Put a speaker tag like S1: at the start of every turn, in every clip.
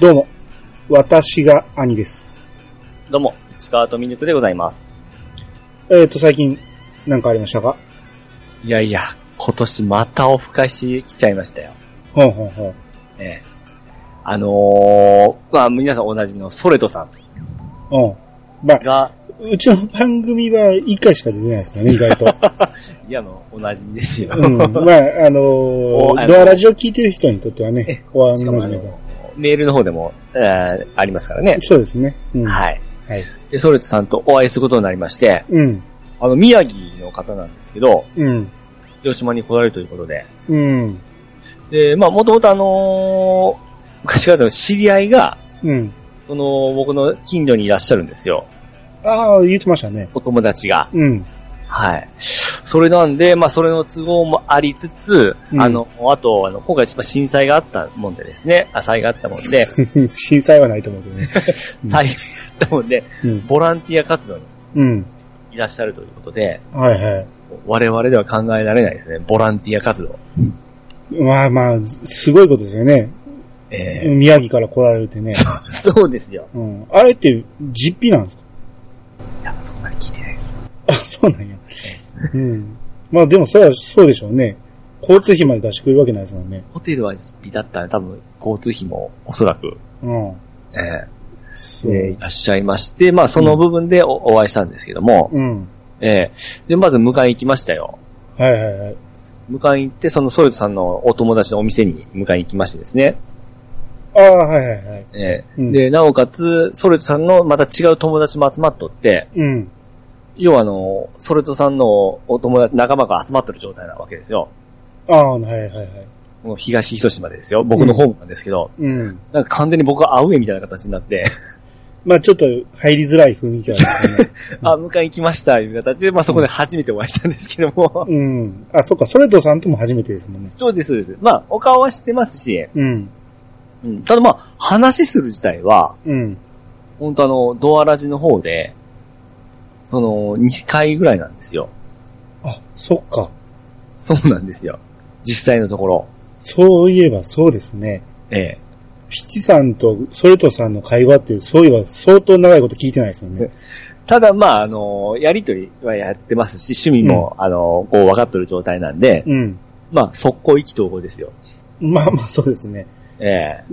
S1: どうも、私が兄です。
S2: どうも、チカートミネットでございます。
S1: えっ、ー、と、最近、なんかありましたか
S2: いやいや、今年またオフ会してきちゃいましたよ。
S1: ほんほんほん。
S2: ええ。あのー、まあ皆さんおなじみのソレトさん
S1: うん。まあ、
S2: が、
S1: うちの番組は1回しか出てないですからね、意外と。
S2: いやもうおなじみですよ。
S1: うん。まあ、あの
S2: あ
S1: ー、
S2: の
S1: ドアラジオ聞いてる人にとってはね
S2: え、
S1: ここはおな
S2: し
S1: じ
S2: かもあの
S1: みだ。
S2: メールの方でも、えーありますからね。
S1: そうですね。うん。い。
S2: はい。
S1: はい。
S2: で、ソレトさんとお会いすることになりまして、
S1: うん。
S2: あの、宮城の方なんですけど、
S1: うん。
S2: 広島に来られるということで。
S1: うん。
S2: で、まあ、もともとあのー、昔からの知り合いが、
S1: うん。
S2: その、僕の近所にいらっしゃるんですよ。
S1: ああ、言ってましたね。
S2: お友達が。
S1: うん。
S2: はい。それなんで、まあ、それの都合もありつつ、
S1: うん
S2: あの、あと、あの、今回ちょっと震災があったもんでですね、あ、災害があったもん で、
S1: 震災はないと思うけど ね。うん
S2: 大変だったもんで、
S1: うん。
S2: ボランティア活動に
S1: うん。
S2: いらっしゃるということで、
S1: はいはい。
S2: 我々では考えられないですね、ボランティア活動。
S1: まあまあ、すごいことですよね。
S2: ええ
S1: 宮城から来られるってね。
S2: そう ですよ。
S1: うん。あれって実費なんですか
S2: いや、そんなに聞いてないです。
S1: あ、そうなんや。うん。まあでもそれはそうでしょうね。交通費まで出してくれるわけないですもんね。
S2: ホテルは実費だったら多分、交通費もおそらく、
S1: うん。
S2: ええ
S1: そう。
S2: ええいらっしゃいまして、まあ、その部分でお,、お会いしたんですけども、
S1: うん。
S2: ええで、まず迎え行きましたよ。
S1: はいはいはい。
S2: 迎えに行って、そのソルトさんのお友達のお店に迎えに行きましてですね。
S1: ああ、はいはいはい。
S2: えー
S1: うん
S2: で、なおかつ、ソルトさんのまた違う友達も集まっとって、
S1: うん。
S2: 要はあの、ソルトさんのお友達、仲間が集まってる状態なわけですよ。
S1: ああ、はいはいはい。
S2: この東広島ですよ。僕のホームなんですけど、
S1: うん。
S2: なんか完全に僕がアウェイみたいな形になって、
S1: まあちょっと入りづらい雰囲気はありますね。
S2: あ、迎えに来ました、いう形で、まあそこで初めてお会いしたんですけども。
S1: うん。あ、そっか、ソレトさんとも初めてですもんね。
S2: そうです、そうです。まあ、お顔は知ってますし、
S1: うん。
S2: うん、ただまあ、話する自体は、
S1: うん。
S2: 本当あの、ドアラジの方で、その、2回ぐらいなんですよ。
S1: あ、そっか。
S2: そうなんですよ。実際のところ。
S1: そういえばそうですね。
S2: ええ。
S1: 七さんとソレトさんの会話って、そういえば相当長いこと聞いてないですよね。
S2: ただ、まあ、あの、やりとりはやってますし、趣味も、あの、こう、分かってる状態なんで、
S1: うん。
S2: まあ、速攻意気投合ですよ。
S1: まあまあ、そうですね。
S2: ええ。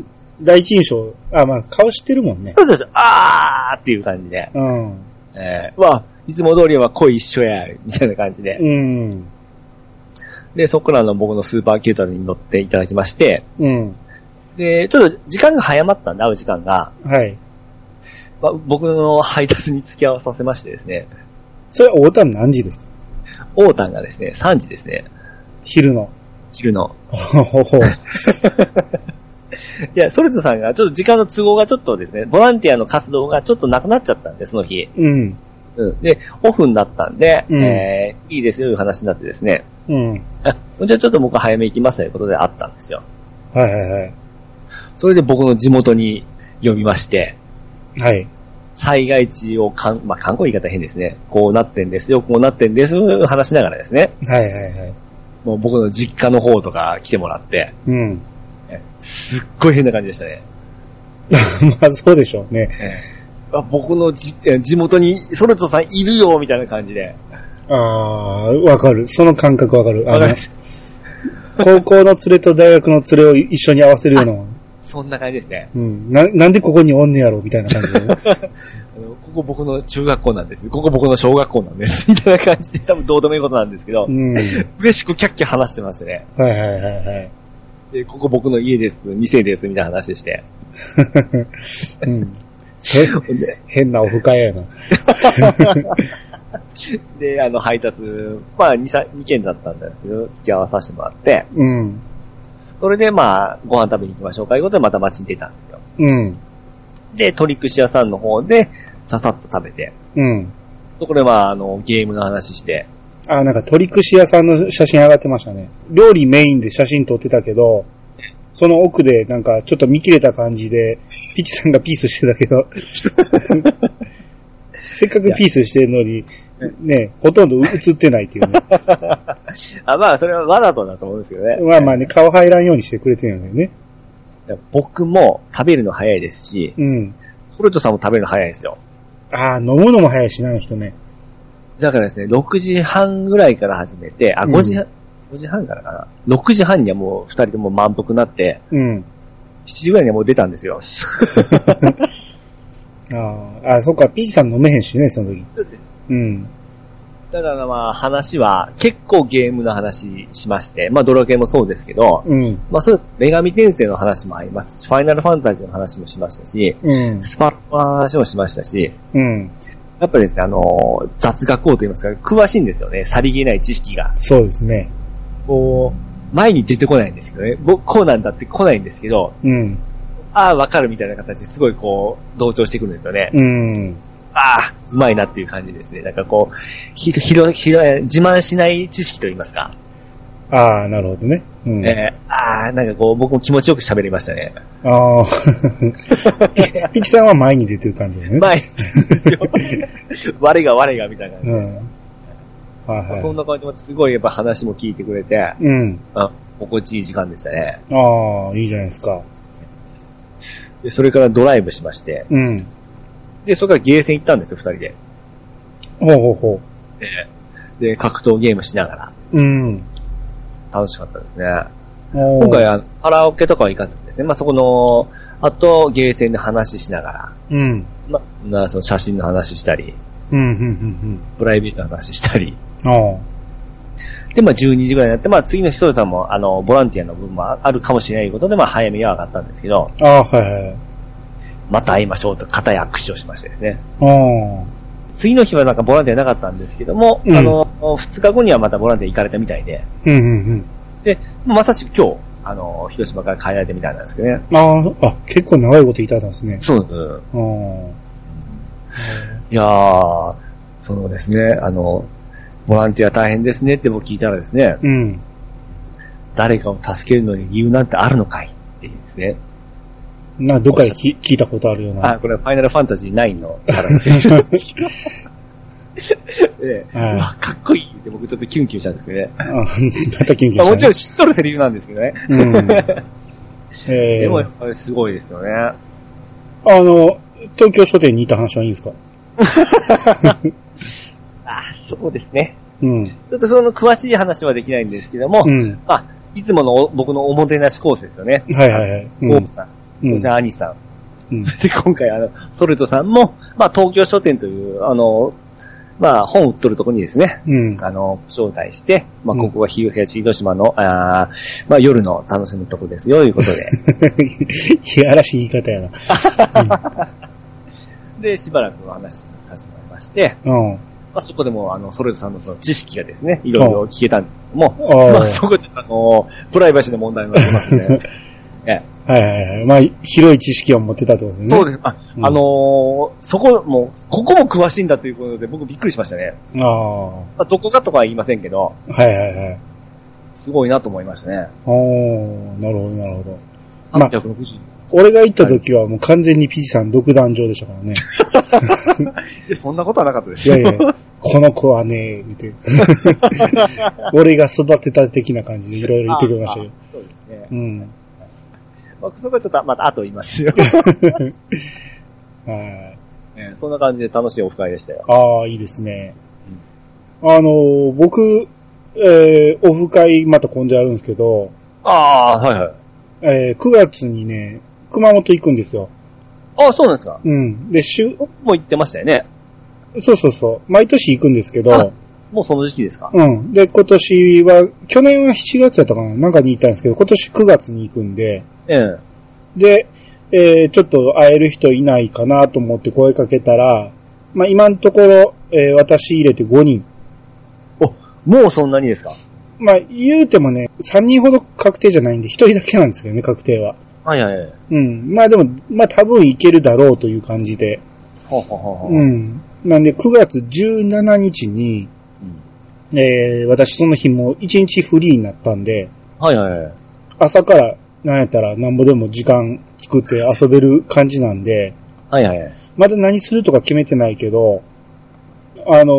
S1: 第一印象、あ、まあ、顔してるもんね。
S2: そうです。あーっていう感じで。
S1: うん。
S2: ええ。まあ、いつも通りは恋一緒や、みたいな感じで。
S1: うん。
S2: で、そこからの僕のスーパーキュートに乗っていただきまして、
S1: うん。
S2: で、ちょっと時間が早まったんで、会う時間が。
S1: はい。
S2: まあ、僕の配達に付き合わさせましてですね、
S1: それは大田何時ですか
S2: オータンがですね、3時ですね、
S1: 昼の。
S2: 昼の。
S1: ほほ ほ。
S2: いや、ソルトさんが、ちょっと時間の都合がちょっとですね、ボランティアの活動がちょっとなくなっちゃったんで、その日。
S1: うん。
S2: うん。で、オフになったんで、
S1: うん
S2: えー、いいですよ、いう話になってですね、
S1: うん。
S2: あじゃあちょっと僕早め行きますということであったんですよ。
S1: はいはいはい。
S2: それで僕の地元に呼びまして、
S1: はい。災
S2: 災害地をかん、まあ、観光言い方変ですね。こうなってんですよ、こうなってんです、話しながらですね、
S1: はいはいはい。
S2: もう僕の実家の方とか来てもらって、
S1: うん。
S2: すっごい変な感じでしたね。
S1: まあ、そうでしょうね。
S2: あ僕のじえ地元にソルトさんいるよみたいな感じで。
S1: ああ、わかる。その感覚わかる。
S2: わ
S1: あ
S2: か
S1: の
S2: りま、した
S1: 高校の連れと大学の連れを一緒に合わせるような。
S2: そんな感じですね。
S1: うん。な、なんでここにおんねやろみたいな感じで ね。
S2: あのここ僕の中学校なんです。ここ僕の小学校なんです。み たいな感じで多分どうでもいいことなんですけど
S1: う、ん。
S2: 嬉しくキャッキャ話してましたね。
S1: はいはいはいはい。
S2: でここ僕の家です、店です、みたいな話して。
S1: うん。へ変なオフ会やな。
S2: で、あの、配達、まあ2、2件だったんですけど、付き合わさせてもらって、
S1: うん。
S2: それでまあ、ご飯食べに行きましょうか、いうことでまた街に出たんですよ。
S1: うん。
S2: で、鳥串屋さんの方で、ささっと食べて、
S1: うん。
S2: そこでまあ、あの、ゲームの話して、
S1: あ、なんか鳥串屋さんの写真上がってましたね。料理メインで写真撮ってたけど、その奥でなんかちょっと見切れた感じで、ピチさんがピースしてたけど、せっかくピースしてるのに、ね、ほとんど映ってないっていうね。
S2: あ、まあ、それはわざとだと思うんですけどね。
S1: まあまあね、顔入らんようにしてくれてるんだよね。
S2: だから僕も食べるの早いですし、
S1: うん。
S2: ソルトさんも食べるの早いんですよ。
S1: ああ、飲むのも早いしな、あの人ね。
S2: だからですね、6時半ぐらいから始めて、あ、5時半、5時半からかな。6時半にはもう2人とも満腹になって、
S1: うん。
S2: 7時ぐらいにはもう出たんですよ。
S1: ああ、あーそっか、ピーチさん飲めへんしね、その時。うん。
S2: ただまあ話は結構ゲームの話しまして、まあドラケンもそうですけど、
S1: うん。
S2: まあそうです。女神転生の話もありますし、ファイナルファンタジーの話もしましたし、
S1: うん。
S2: スパロボの話もしましたし、
S1: うん。
S2: やっぱりですね、あのー雑学王と言いますか、詳しいんですよね。さりげない知識が。
S1: そうですね。
S2: こう、前に出てこないんですけどね。僕、こうなんだって来ないんですけど、
S1: うん。
S2: ああ、わかるみたいな形ですごいこう、同調してくるんですよね。
S1: うん。
S2: ああ、うまいなっていう感じですね。なんかこう、ひろ、ひろ、ひろ、自慢しない知識と言いますか。
S1: ああ、なるほどね。うん。
S2: えーああ、なんかこう、僕も気持ちよく喋りましたね。
S1: ああ。ピピチさんは前に出てる感じだよね。
S2: まあ、いいで すよ。我が我がみたいな。
S1: うん。はい
S2: そん
S1: は
S2: な感じもすごいやっぱ話も聞いてくれて、
S1: い。うん。
S2: あ心地いい時間でしたね。
S1: ああ、いいじゃないですか。
S2: で、それからドライブしまして、
S1: うん。
S2: で、それからゲーセン行ったんですよ、二人で。
S1: ほうほうほ
S2: で、格闘ゲームしながら。
S1: う。うん。
S2: 楽しかったですね。
S1: 今
S2: 今回、はカラオケとかは行かずにですね、まあそこの、あとゲーセンで話ししながら、
S1: うん。
S2: まあ、なその写真の話したり、
S1: うん、うん、うん、
S2: プライベートの話したり、
S1: うん。あ
S2: で、まあ12時ぐらいになって、まあ次の日、それとも、あの、ボランティアの分もあるかもしれないことで、まあ早めには上がったんですけど、
S1: あ。ああ、はいはい。
S2: また会いましょうと、固い握手をしましてですね。
S1: あ
S2: 次の日はなんかボランティアなかったんですけども、
S1: うん
S2: あの、2日後にはまたボランティア行かれたみたいで、
S1: あ。うん、うん、
S2: で、まさしく今日、あの、広島から帰られてみたいなんですけどね。
S1: うん。ああ、あ、結構長いこといただいたんですね。
S2: そうです。
S1: ああ。
S2: いやー、そのですね、あの、ボランティア大変ですねって僕聞いたらですね、
S1: うん。
S2: 誰かを助けるのに理由なんてあるのかいっていうですね。
S1: な、どっかで聞聞いたことあるような。
S2: あ、これはファイナルファンタジー9のから ですね。ええ
S1: はいう
S2: わかっこいいって僕ちょっとキュンキュンしたんですけどね。
S1: あ またキュンキュ
S2: ま
S1: ン
S2: あ、もちろん
S1: し
S2: 知っとるセリフなんですけどね。
S1: た、ね。うん。ええ
S2: でもやっぱりすごいですよね。
S1: あの、東京書店にいた話はいいんですか
S2: あ、そうですね。
S1: うん。
S2: ちょっとその詳しい話はできないんですけども、
S1: うん。
S2: まあ、いつものお僕のおもてなしコースですよね。
S1: はいはいはい。う
S2: オー
S1: ん
S2: プ。さん、
S1: う
S2: そ
S1: ん
S2: してアニさん、
S1: うん
S2: そして今回あの、ソルトさんも、まあ、東京書店という、あの、まあ、本売っとるとこにですね、
S1: うん。
S2: あの、招待して、まあ、
S1: うん
S2: ここは東広島の、あーまあ、夜の楽しむとこですよ、というこ とで。
S1: いやらしい言い方やな。
S2: で、しばらくお話しさせてもらいまして、
S1: うん。
S2: まあ、そこでも、あの、ソルトさんのその知識がですね、いろいろ聞けたんですけども、
S1: ああ
S2: まあ、そこで、あの、プライバシーの問題もありますね。ええ
S1: はいはいはい。まあ、広い知識を持ってたってことですね。
S2: そうです。あ、
S1: うん
S2: あのーそこも、ここも詳しいんだということで、僕びっくりしましたね。
S1: ああ。は
S2: まあ、どこかとかは言いませんけど、
S1: いはいはい。
S2: すごいなと思いましたね。
S1: おー、なるほどなるほど。まあ
S2: 360。
S1: 俺が行った時はもう完全にピチさん独壇場でしたからね。
S2: で、そんなことはなかったで
S1: い
S2: すよ。
S1: やいや、この子はね、言っ て。俺が育てた的な感じでいろいろ言ってくれましたよ。
S2: ああそうですね。
S1: うん。
S2: まあ、そこはちょっと、また後言いま すよ。
S1: はい。
S2: ええそんな感じで楽しいオフ会でしたよ。
S1: ああ、いいですね。あの、僕、えー、オフ会また今度やるんですけど、
S2: ああ、はいはい。
S1: えー、9月にね、熊本行くんですよ。
S2: ああ、そうなんですか。
S1: うん。で、しゅ、
S2: もう行ってましたよね。
S1: そうそうそう。毎年行くんですけ
S2: あ
S1: ど、
S2: もうその時期ですか。
S1: うん。で、今年は、去年は7月やったかななんかに行ったんですけど、今年9月に行くんで、
S2: ええ。
S1: で、えーちょっと会える人いないかなと思って声かけたら、まあ今のところ、えー私入れて5人。
S2: もうそんなにですか。
S1: まあ言うてもね、3人ほど確定じゃないんで、1人だけなんですけどね、確定は。
S2: はいはいはい。
S1: うん。まあでも、まあ多分いけるだろうという感じで。
S2: ほうほうほうほう。
S1: うん。なんで9月17日に、
S2: うん
S1: えー私その日も1日フリーになったんで、
S2: はいはいはい。
S1: 朝から、なんやったら、なんぼでも時間作って遊べる感じなんで、
S2: はいはいはい。
S1: まだ何するとか決めてないけど、あの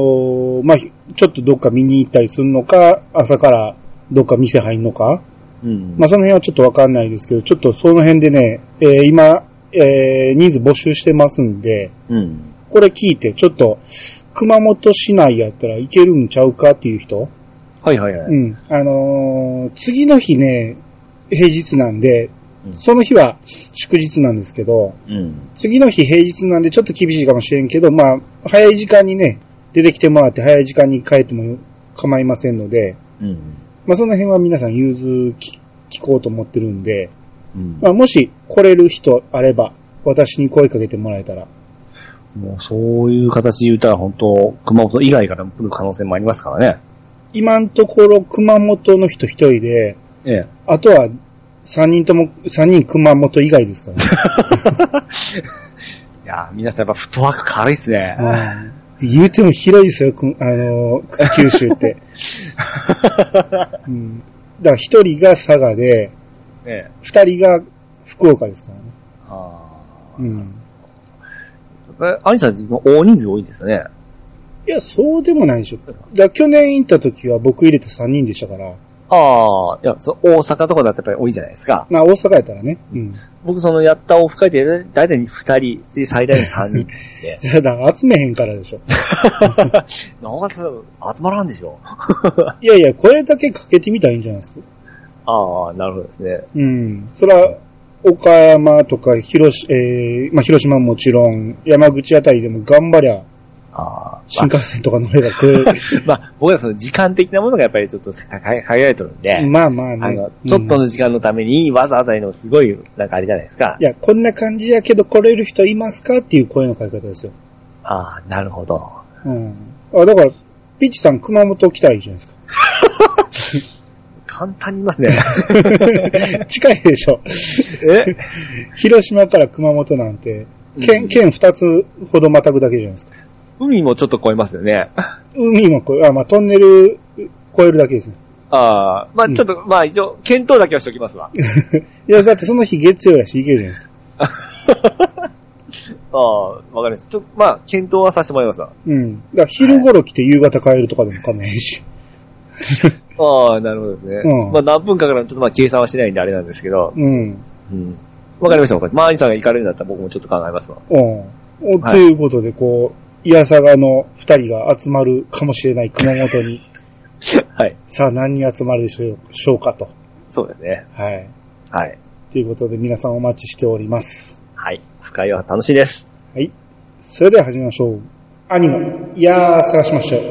S1: ーまあ、ひちょっとどっか見に行ったりするのか、朝からどっか店入んのか、
S2: ううん。
S1: まあ、その辺はちょっとわかんないですけど、ちょっとその辺でね、えー今、えー人数募集してますんで、
S2: うん。
S1: これ聞いて、ちょっと、熊本市内やったらいけるんちゃうかっていう人
S2: はいはいは
S1: う
S2: い。
S1: ん。あのー次の日ね、平日なんで
S2: う、ん
S1: その日は祝日なんですけど、
S2: うん。
S1: 次の日平日なんでちょっと厳しいかもしれんけど、まあ、早い時間にね、出てきてもらって早い時間に帰っても構いませんので、
S2: うん。
S1: まあその辺は皆さん融通き聞こうと思ってるんで、
S2: うん
S1: まあもし来れる人あれば、私に声かけてもらえたら。
S2: もうそういう形で言ったら本当、熊本以外から来る可能性もありますからね。
S1: 今のところ熊本の人一人で、
S2: ええ。
S1: あとは三人とも、三人熊本以外ですからね。
S2: いやー、皆さんやっぱフットワーク軽いっすね。
S1: 言うても広いですよ、くあのー、九州って。うん、だから一人が佐賀で、
S2: ええ。
S1: 二人が福岡ですからね。
S2: ああ。
S1: うん。
S2: え、アニさん、大人数多いんですよね。
S1: いや、そうでもないでしょ。だから去年行った時は僕入れて三人でしたから。
S2: ああ、いや、そう大阪とかだとやっぱり多いじゃないですか。
S1: まあ、大阪やったらね。うん。。
S2: 僕、その、やったオフ会で、大体2人、で、最大で3人で
S1: ただ、集めへんからでしょ。
S2: なかなか集まらんでしょ。
S1: いやいや、声だけかけてみたらいいんじゃないですか。
S2: ああ、なるほどですね。
S1: うん。それは、岡山とか、広し、えー、まあ、広島もちろん、山口あたりでも頑張りゃ、
S2: ああ。
S1: 新幹線とか乗れば来る。
S2: まあ、僕はその、時間的なものがやっぱりちょっと限限られてるんで、
S1: まあまあ
S2: あ
S1: ね
S2: の。、ちょっと
S1: うん
S2: の時間のために、わざわざのすごい、なんかあれじゃないですか
S1: い。や、こんな感じやけど来れる人いますかっていう声の書き方ですよ。
S2: ああ、なるほど。
S1: うん。あ、だから、ピッチさん熊本来たらいいじゃないです
S2: 簡単に言 いますね。
S1: か。 近いでしょ。
S2: え
S1: 広島から熊本なんて、県、県二つほどまたぐだけじゃないですか。
S2: 海もちょっと超えますよね。
S1: 海もこあ、まあ、トンネル越えるだけですね。
S2: ああ、まあ
S1: うん
S2: ちょっと、まあ一応、検討だけはしておきますわ。
S1: いや、だってその日月曜やし、行けるじゃないですか。
S2: ああ、わかりました。ちょっと、まあ、検討はさせてもらいますわ。
S1: うん。だから昼頃来て夕方帰るとかでもかんないし。
S2: ああ、なるほどですね。
S1: うん
S2: まあ何分かからちょっとまあ計算はしないんであれなんですけど。
S1: うん。
S2: うん。わかりました、わかりました。まあ、兄さんが行かれるんだったら僕もちょっと考えますわ。
S1: うん。お
S2: はい
S1: ということで、こう、イヤサガの二人が集まるかもしれない熊本 に、
S2: はい。
S1: さあ何人集まるでしょうかと。
S2: そうですね。
S1: はい。
S2: はい。
S1: ということで皆さんお待ちしております。
S2: はい。深いは楽しいです。
S1: はい。それでは始めましょう。アニメ、いやー、探しましょう。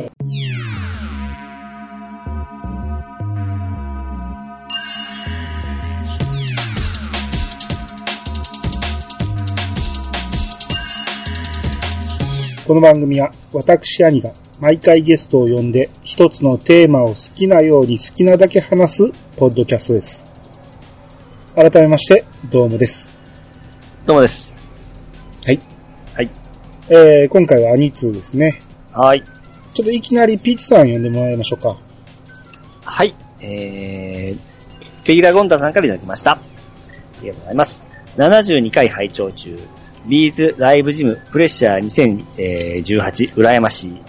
S1: この番組は私兄が毎回ゲストを呼んで一つのテーマを好きなように好きなだけ話すポッドキャストです。改めまして、どうもです。
S2: どうもです。
S1: はい。
S2: はい。
S1: えー、今回はアニツーですね。
S2: はい。
S1: ちょっといきなりピーチさん呼んでもらいましょうか。
S2: はい。えー、ペギラゴンダさんからいただきました。ありがとうございます。72回拝聴中。ビーズライブジムプレッシャー2018羨ましい。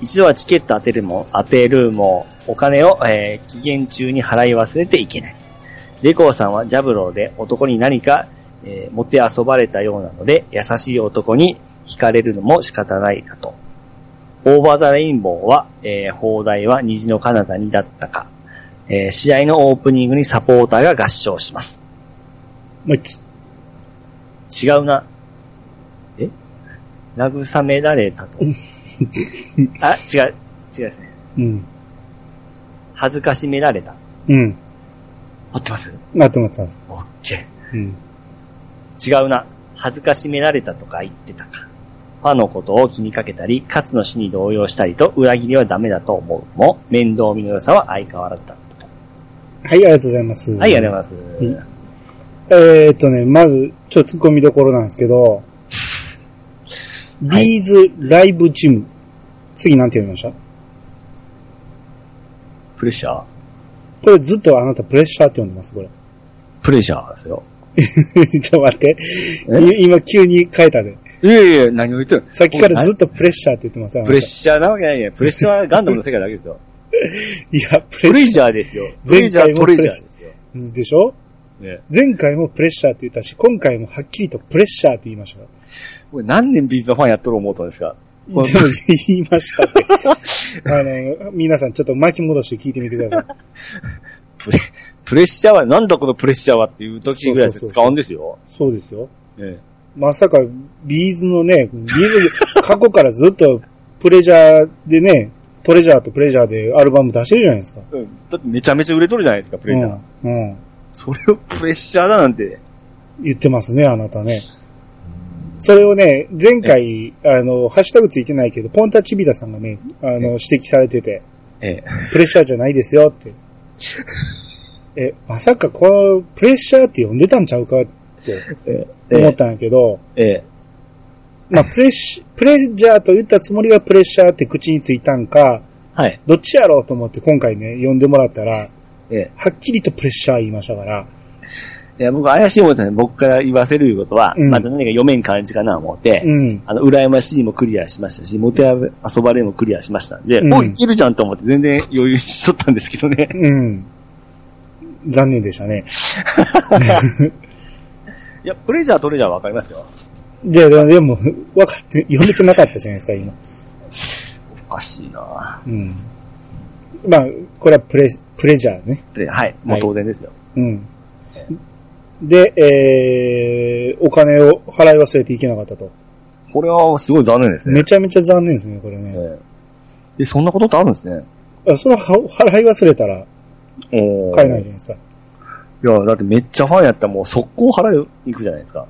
S2: 一度はチケット当てるも、当てるも、お金を、えー期限中に払い忘れていけない。レコーさんはジャブローで男に何か、えー、持て遊ばれたようなので、優しい男に惹かれるのも仕方ないかと。オーバーザレインボーは、えー、放題は虹の彼方にだったか、えー、試合のオープニングにサポーターが合唱します。
S1: もう一つ。
S2: 違うな。え慰められたと。あ、違う、違うですね。
S1: うん。
S2: 恥ずかしめられた。
S1: うん。
S2: 合ってます
S1: なってます。
S2: オッケ
S1: うん。
S2: ー。違うな。恥ずかしめられたとか言ってたか。ファンのことを気にかけたり、勝の死に動揺したりと裏切りはダメだと思うも、面倒見の良さは相変わらずだったと。
S1: はい、ありがとうございます。
S2: はい、ありがとうございます。
S1: えーっとね、まず、ちょっと突っ込みどころなんですけど、
S2: はい
S1: ビーズライブジム。次なんて読みました
S2: プレッシャー
S1: これずっとあなたプレッシャーって呼んでます、これ。
S2: プレジャーですよ。
S1: ちょ、待って。い今急に変えたで。
S2: いやいや、何を言ってる
S1: さっきからずっとプレッシャーって言ってます。あなた
S2: プレッシャーなわけないね。プレッシャーはガンダムの世界だけですよ。
S1: いや、プ
S2: プ
S1: レッ
S2: レ
S1: シャ
S2: ジャーですよ。プレ
S1: 前
S2: ジャ
S1: 回
S2: ー、
S1: も
S2: プレジャーですよ。
S1: ー。でしょ
S2: ね。
S1: 前回もプレッシャーって言ったし、今回もはっきりとプレッシャーって言いましたから。
S2: 僕何年ビーズのファンやっとる思うとんですが。
S1: 言いました って。あの、皆さんちょっと巻き戻して聞いてみてください。
S2: プレ、プレッシャーは、なんだこのプレッシャーはっていう時ぐらいしか使うんですよ。
S1: そうですよ。
S2: ね
S1: まさか、ビーズのね、ビーズ、過去からずっとプレジャーでね、トレジャーとプレジャーでアルバム出してるじゃないですか。
S2: うんだってめちゃめちゃ売れとるじゃないですか、プレッシャー。
S1: うん。うん。
S2: それをプレッシャーだなんて。
S1: 言ってますね、あなたね。それをね、前回、あの、ハッシュタグついてないけど、ポンタチビダさんがね、あの、指摘されてて、
S2: ええ。
S1: プレッシャーじゃないですよって。え、まさかこのプレッシャーって呼んでたんちゃうかって思ったんやけど、
S2: ええ。
S1: まあ、プレッシ、プレッジャーと言ったつもりがプレッシャーって口についたんか、
S2: はい。
S1: どっちやろうと思って今回ね、呼んでもらったら、
S2: ええ。
S1: はっきりとプレッシャー言いましたから、
S2: いや、僕怪しい思いですね。僕から言わせるいうことは、
S1: うん
S2: また何か読めん感じかな思って、
S1: うん。
S2: あの、羨ましいもクリアしましたし、モテ遊ばれもクリアしましたんで、
S1: うん
S2: もういけるじゃんと思って全然余裕しとったんですけどね。
S1: うん。残念でしたね。
S2: いや、プレジャートレジャーわかりますよ。
S1: じゃあ、でも、分かって、読めてなかったじゃないですか、今。
S2: おかしいな
S1: うん。まあ、これはプレ、プレジャーね。
S2: ぁプレはい、もう当然ですよ。
S1: うん。で、えー、お金を払い忘れていけなかったと。
S2: これはすごい残念ですね。
S1: めちゃめちゃ残念ですね、これね。
S2: えええ、そんなことってあるんですね。
S1: あそれは払い忘れたら
S2: おー
S1: 買えないじゃないですか。
S2: いや、だってめっちゃファンやったらもう速攻払いに行くじゃないですか。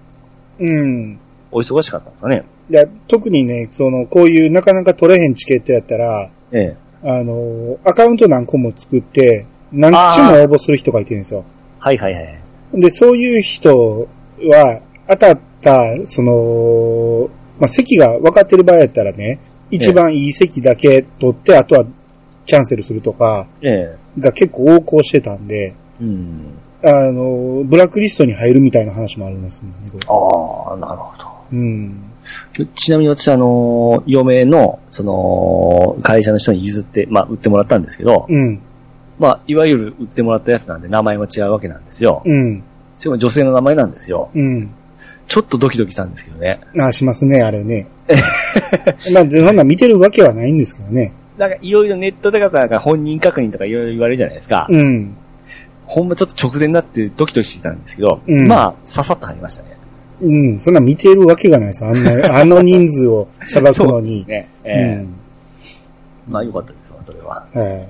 S1: うん。
S2: お忙しかったんですかね。
S1: で特にね、その、こういうなかなか取れへんチケットやったら、
S2: ええ。
S1: あの、アカウント何個も作って、何口も応募する人がいてるんですよ。
S2: はいはいはい。
S1: で、そういう人は、当たった、その、まあ、席が分かってる場合やったらね、一番いい席だけ取って、あとはキャンセルするとか、
S2: ええ。
S1: が結構横行してたんで、
S2: うん。
S1: あの、ブラックリストに入るみたいな話もありますもんね、これ
S2: ああ、なるほど。
S1: うん。
S2: ちなみに私、あの、嫁の、その、会社の人に譲って、まあ、売ってもらったんですけど、
S1: うん。
S2: まあ、いわゆる売ってもらったやつなんで、名前は違うわけなんですよ。
S1: うん。
S2: しかも女性の名前なんですよ。
S1: うん。
S2: ちょっとドキドキしたんですけどね。
S1: あ、しますね、あれ ね。まあ、でそんなん見てるわけはないんですけどね。
S2: なんか、いろいろネットでなんか本人確認とかいろいろ言われるじゃないですか。
S1: うん。
S2: ほんまちょっと直前になってドキドキしてたんですけど、
S1: うん
S2: まあ、ささっと入りましたね。
S1: うん。そんなん見てるわけがないです。あんな、あの人数を裁くの に。
S2: ね。え
S1: う
S2: え
S1: ん
S2: まあ、よかったですわ、それは。
S1: はい。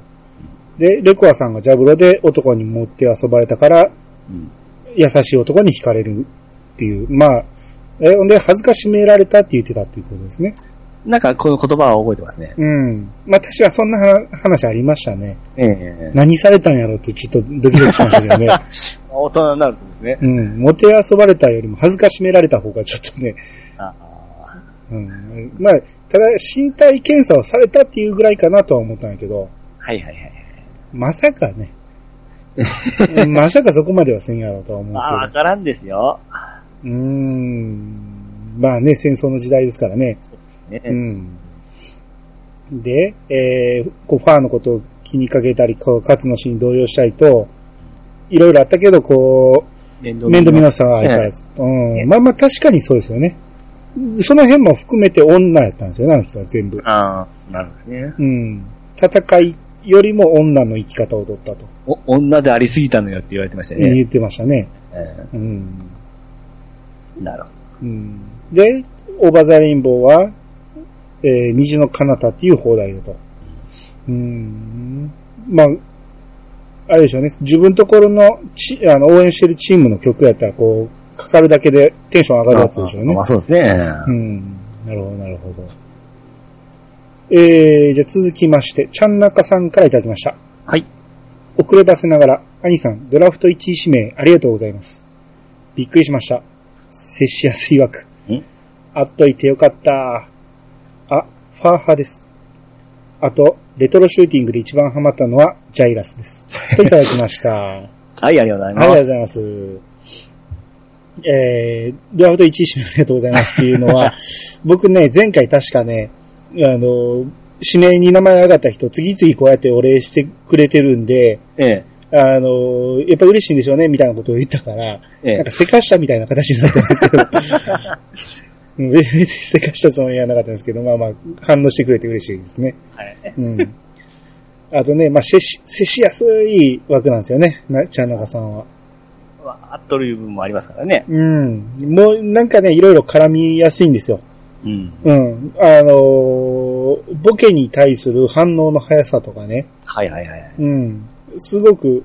S1: で、レコアさんがジャブロで男に持って遊ばれたから、
S2: うん。
S1: 優しい男に惹かれるっていう。まあ、え、ほんで、恥ずかしめられたって言ってたっていうことですね。
S2: なんか、この言葉は覚えてますね。
S1: うん。まあ、確かそんな話話ありましたね。
S2: ええ
S1: 何されたんやろってちょっとドキドキしましたけどね。
S2: 大人になるとですね。
S1: うん。持て遊ばれたよりも恥ずかしめられた方がちょっとね。
S2: あ
S1: うん。まあ、ただ、身体検査をされたっていうぐらいかなとは思ったんやけど、
S2: はいはいはい。
S1: まさかね。うんまさかそこまではせんやろうとは思うんですけ
S2: あ
S1: ど。
S2: わからんですよ。
S1: うーん。まあね、戦争の時代ですからね。
S2: そうですね。
S1: うん。で、えー、こう、ファーのことを気にかけたり、こう、勝の死に動揺したりと、いろいろあったけど、こ
S2: 面倒
S1: う、面倒見のさは相変わらず。
S2: え
S1: う
S2: え
S1: ん。まあまあ確かにそうですよね。その辺も含めて女やったんですよね、あの人は全部。
S2: ああ、なるほどね。
S1: うん。戦いよりも女の生き方を取ったと
S2: お、女でありすぎたのよって言われてましたね。
S1: 言ってましたね。
S2: え
S1: うん。
S2: えなるほ
S1: うんで、オーバーザレインボーは、えー、虹の彼方っていう放題だと。うん。まあ、あれでしょうね。自分ところのち、あの、応援してるチームの曲やったら、こう、かかるだけでテンション上が
S2: ど。
S1: るやつでしょうね
S2: まあ、。そうですね。
S1: うん。なるほど、なるほど。えー、じゃあ続きまして、ちゃんなかさんからいただきました。
S2: はい。
S1: 遅ればせながら、兄さん、ドラフト1位指名ありがとうございます。びっくりしました。接しやすい枠
S2: ん。
S1: あっといてよかった。あ、ファーハです。あと、レトロシューティングで一番ハマったのは、ジャイラスです。といただきました。あり
S2: はい、ありがとうござい
S1: がとう
S2: ま
S1: ご
S2: す。
S1: ざいます。えー、ドラフト1位指名ありがとうございますっていうのは、 僕ね、前回確かね、あの、指名に名前上がった人、次々こうやってお礼してくれてるんで、
S2: ええ。
S1: あの、やっぱ嬉しいんでしょうね、みたいなことを言ったから、
S2: え
S1: なん
S2: え
S1: か、せかしたみたいな形になったんですけ ど、うん別にせかしたつもりはなかったんですけど、まあまあ、反応してくれて嬉しいですね。
S2: はい。
S1: うん。あとね、まあ、接し、接しやすい枠なんですよね、な、ちゃんなかさんは。
S2: わーっとる部分もありますからね。
S1: うん。もう、なんかね、いろいろ絡みやすいんですよ。
S2: うん。
S1: うん。あのーボケに対する反応の速さとかね。
S2: はいはいはい。
S1: うん。すごく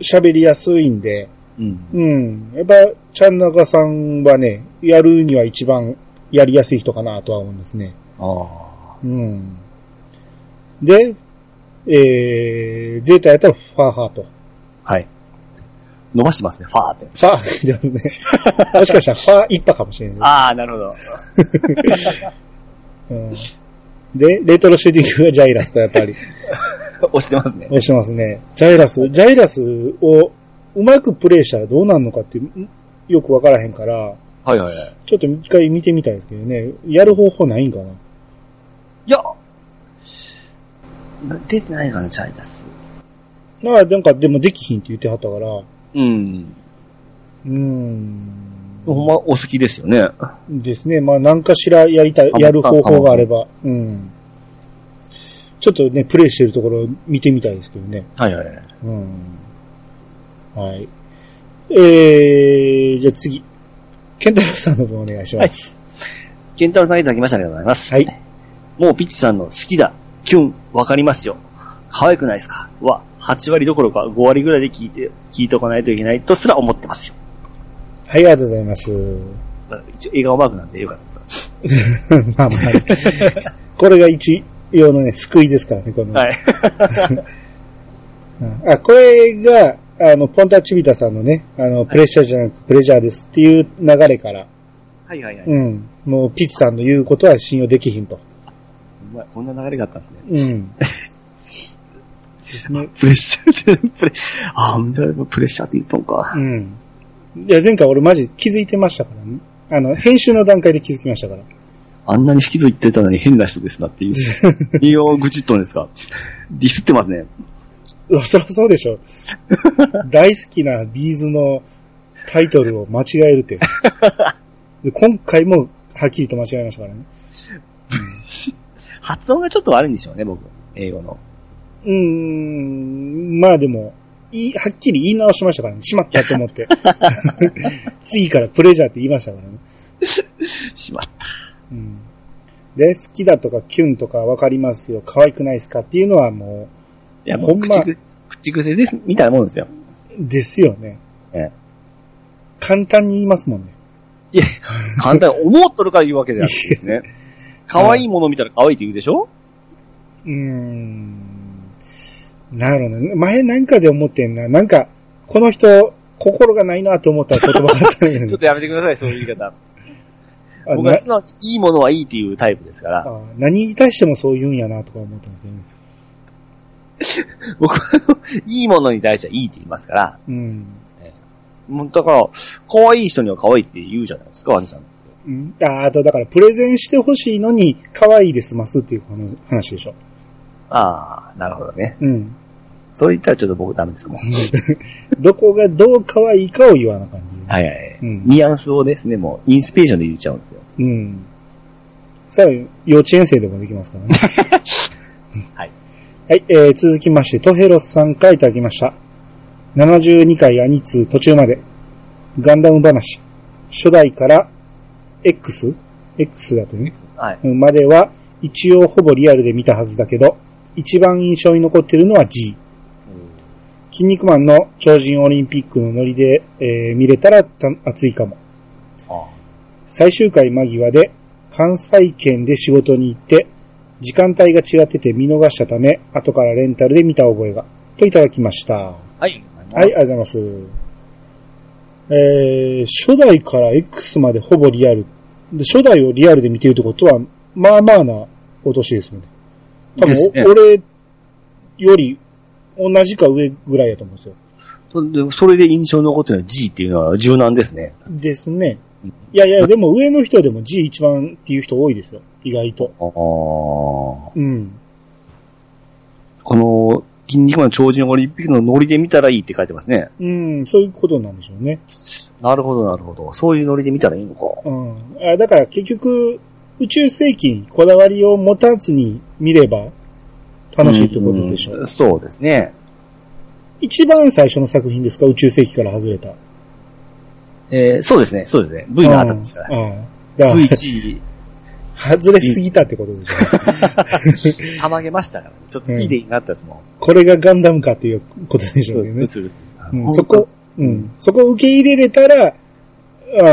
S1: 喋りやすいんで。
S2: うん。
S1: うん。やっぱ、ちゃんなかさんはね、やるには一番やりやすい人かなとは思うんですね。
S2: ああ。
S1: うん。で、えー、ゼータやったらファーハーと。
S2: はい。伸ばしてますね、ファーって。
S1: ファー、ですね。もしかしたらファー一派かもしれない。
S2: ああ、なるほど。
S1: うん、で、レトロシューティングはジャイラスとやっぱり。
S2: 押してますね。
S1: 押してますね。ジャイラス、ジャイラスをうまくプレイしたらどうなるのかってんよくわからへんから、
S2: はいはいはい。
S1: ちょっと一回見てみたいですけどね。やる方法ないんかな。
S2: いや、出てないかな、チャイナス。
S1: まあ、なんかでもできひんって言ってはったから、う
S2: うん。
S1: ーん。
S2: ほんまお好きですよね。
S1: ですね。まあ、何かしらやりたい、
S2: あ
S1: やる方法があれば。うん。ちょっとね、プレイしてるところ見てみたいですけどね。
S2: はいはいはい。
S1: うん。はい。えー、じゃあ次。ケンタロウさんの方お願いします。
S2: ケンタロウさんいただきましたありがとうございます。
S1: はい。
S2: もうピッチさんの好きだ、キュン、わかりますよ。可愛くないですかは、8割どころか5割ぐらいで聞いて、聞いておかないといけないとすら思ってますよ。
S1: はい、ありがとうございます。
S2: 一応映画をマークなんでよかったです。
S1: まあまあ、これが一応のね、救いですからね、この。
S2: はい。
S1: うんあ、これが、あの、ポンタチビタさんのね、あの、プレッシャーじゃなくプレジャーですっていう流れから、
S2: はいはいはい。
S1: うん。もう、ピッチさんの言うことは信用できひんと。
S2: うまいこんな流れがあったんですね。
S1: うん。ですね。
S2: プレッシャーって、プレ、 あー、じゃあプレッシャーって言ったのか
S1: う。ん。いや、前回俺マジ気づいてましたからね。あの、編集の段階で気づきましたから。
S2: あんなに引きずってたのに変な人です なっていう。引用愚痴っとんですかディスってますね。
S1: うわそりゃそうで しょ。大好きなビーズのタイトルを間違えるって。で今回もはっきりと間違えましたからね。
S2: 発音がちょっと悪いんでしょうね、僕。英語の。
S1: うーん、まあでも、いいはっきり言い直しましたからね。しまったと思 って。次からプレジャーって言いましたからね。
S2: しまった。
S1: うん、で、好きだとかキュンとかわかりますよ。可愛くないですかっていうのはも
S2: いや、もう
S1: ほんま
S2: 口ぐ、口癖です、みたいなもんですよ。
S1: う、ですよね。
S2: ええ
S1: 簡単に言いますもんね。
S2: いや、簡単に思っとるから言うわけじゃなくてですね。可愛いもの見たら可愛いって言うでしょ
S1: うーん。なるほどね。前なんかで思ってんな。なんか、この人、心がないなと思った言葉があったんやけ
S2: ちょ
S1: ど
S2: っとやめてください、そういう言い方。
S1: あ
S2: 僕
S1: な
S2: は素直にいいものはいいっていうタイプですから。
S1: あ何に対してもそう言うんやなとか思ったんですけどね。
S2: 僕は、いいものに対してはいいって言いますから。
S1: うん。
S2: もうだから、可愛い人には可愛いって言うじゃないですか、兄さん。
S1: うんああと、だから、プレゼンしてほしいのに、可愛いで済ますっていう話話でしょ。
S2: ああ、なるほどね。
S1: うん。
S2: そう言ったらちょっと僕ダメですもん。
S1: どこがどう可愛いかを言わな感じ。
S2: はいはい。
S1: うん
S2: ニュアンスをですね、もう、インスピレーションで言っちゃうんですよ。
S1: うん。さあ、幼稚園生でもできますからね。
S2: はい。
S1: はい、えー、続きまして、トヘロスさんからいただきました。72回アニ2途中まで。ガンダム話。初代から X?X だとね。
S2: はい。
S1: うんまでは、一応ほぼリアルで見たはずだけど、一番印象に残ってるのは G。筋肉マンの超人オリンピックのノリで、えー見れたらた熱いかも。
S2: あ
S1: 最終回間際で関西圏で仕事に行って、時間帯が違ってて見逃したため、後からレンタルで見た覚えが、といただきました。は
S2: はい。
S1: い、ありがとうございます。えー、初代から X までほぼリアル。で初代をリアルで見てるってことは、まあまあなお年ですよね。多分、
S2: ですね
S1: お俺より同じか上ぐらいやと思うんですよ。
S2: そでそれで印象に残ってるのは G っていうのは柔軟ですね。
S1: ですね。いやいや、でも上の人でも G 一番っていう人多いですよ。意外と。
S2: ああ。こ
S1: うん。
S2: の、筋肉マン超人オリンピックのノリで見たらいいって書いてますね。
S1: うん、そういうことなんでしょうね。
S2: なるほど、なるほど。そういうノリで見たらいいのか。
S1: うん。あだから結局、宇宙世紀にこだわりを持たずに見れば楽しいってことでしょう。
S2: うんそうですね。
S1: 一番最初の作品ですか宇宙世紀から外れた。
S2: えーそうですね、そうですね。V の後ですから。
S1: うんうんだから
S2: V1
S1: 外れすぎたってことでしょ。
S2: たまげましたから、ね、ちょっとついていなかったですもん。
S1: これがガンダムかっていうことでし
S2: そ
S1: ょ
S2: う
S1: うね
S2: で。す。
S1: うん、そこ、うん。そこを受け入れれたら、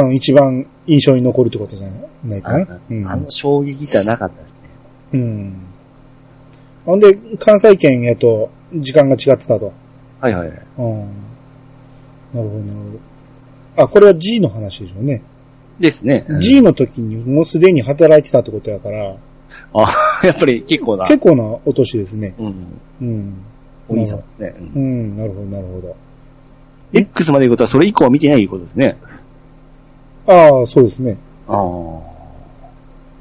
S1: うん、一番印象に残るってことじゃないか
S2: あ
S1: な。うん。
S2: あの衝撃じゃなかったですね。
S1: うん。ほんで、関西圏やと時間が違ってたと。
S2: はいはいはい。
S1: うん。なるほど、なるほど。あ、これは G の話でしょうね。
S2: ですね。
S1: G の時にもうすでに働いてたってことやから、
S2: あ、やっぱり結構な。
S1: 結構なお年ですね。
S2: うん。
S1: うん。
S2: お兄さんですね。
S1: う
S2: うん
S1: ん、なるほど、なるほど。
S2: X までいうことはそれ以降は見てないいうことですね。
S1: ああ、そうですね。
S2: ああ。も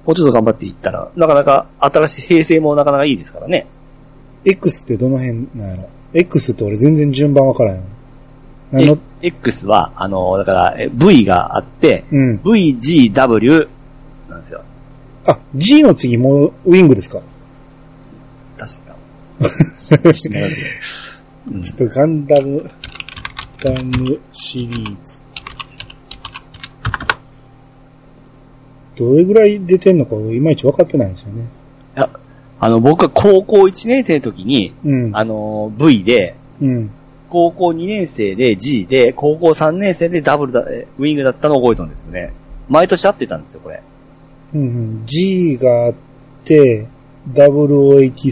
S2: うちょっと頑張っていったら、なかなか新しい平成もなかなかいいですからね。
S1: X ってどの辺なんやろ ?X って俺全然順番わからんよ。何の、
S2: え X は、あの、だからえ V があって、
S1: うん。
S2: VGW なんですよ。
S1: あ、G の次もうウィングですか
S2: 確か。知らないけどうん
S1: ちょっとガンダム、ガンダムシリーズ。どれぐらい出てんのか、いまいち分かってないんですよね。
S2: あの、僕は高校1年生の時に、
S1: うん。
S2: あの、V で、
S1: うん。
S2: 高校2年生で G で、高校3年生でダブルだ、えウィングだったのを覚えたんですよね。毎年会ってたんですよ、これ。
S1: うんうん。G があって、0083、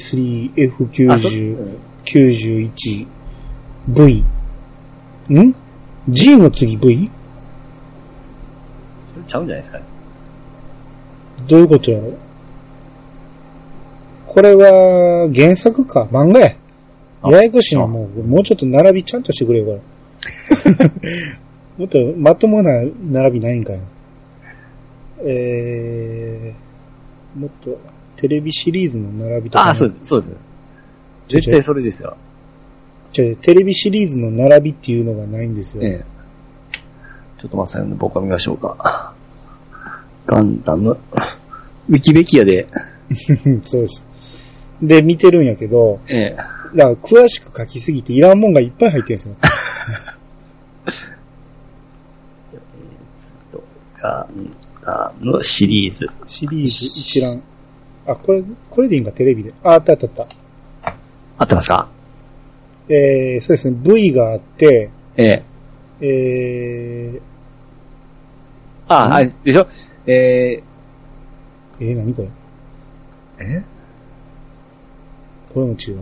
S2: あそ
S1: F90、91、V。ん ?G の次 V?
S2: それちゃうんじゃないですかね。
S1: どういうことやろこれは、原作か。漫画や。
S2: あ
S1: ややこしいな、もう。もうちょっと並びちゃんとしてくれよ、これ。 もっとまともな並びないんかいな。えー、もっと、テレビシリーズの並びとかな。
S2: あ、そうです、そうです。絶対それですよ。
S1: ちょテレビシリーズの並びっていうのがないんですよ。
S2: ええ。ちょっと待ってくださいね、僕は見ましょうか。ガンダム。ウィキベキアで、
S1: そうです。で、見てるんやけど、
S2: ええ。
S1: だから詳しく書きすぎていらんもんがいっぱい入ってるんですよ。
S2: ガンダムシリーズ。
S1: シリーズ一覧。あ、これ、これでいいんか、テレビで。あ、あったあったあった。
S2: 合ってますか
S1: えー、そうですね、V があって、
S2: ええ。
S1: えー、
S2: あ、
S1: うん
S2: はい、でしょえ
S1: えー、何これ
S2: ー、え
S1: これも違う。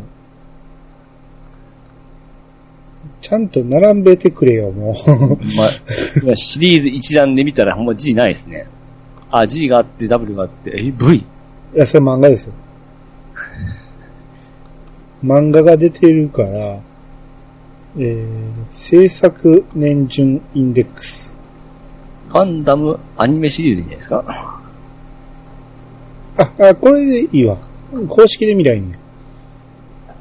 S1: ちゃんと並べてくれよ、もう。
S2: まあ、シリーズ一覧で見たらほんま G ないですね。あ、G があって W があって、え、V?
S1: いや、それ漫画ですよ。漫画が出てるから、えー、制作年順インデックス。
S2: ガンダムアニメシリーズでいいんじゃないですか
S1: あ、あ、これでいいわ。公式で見りゃいいんや。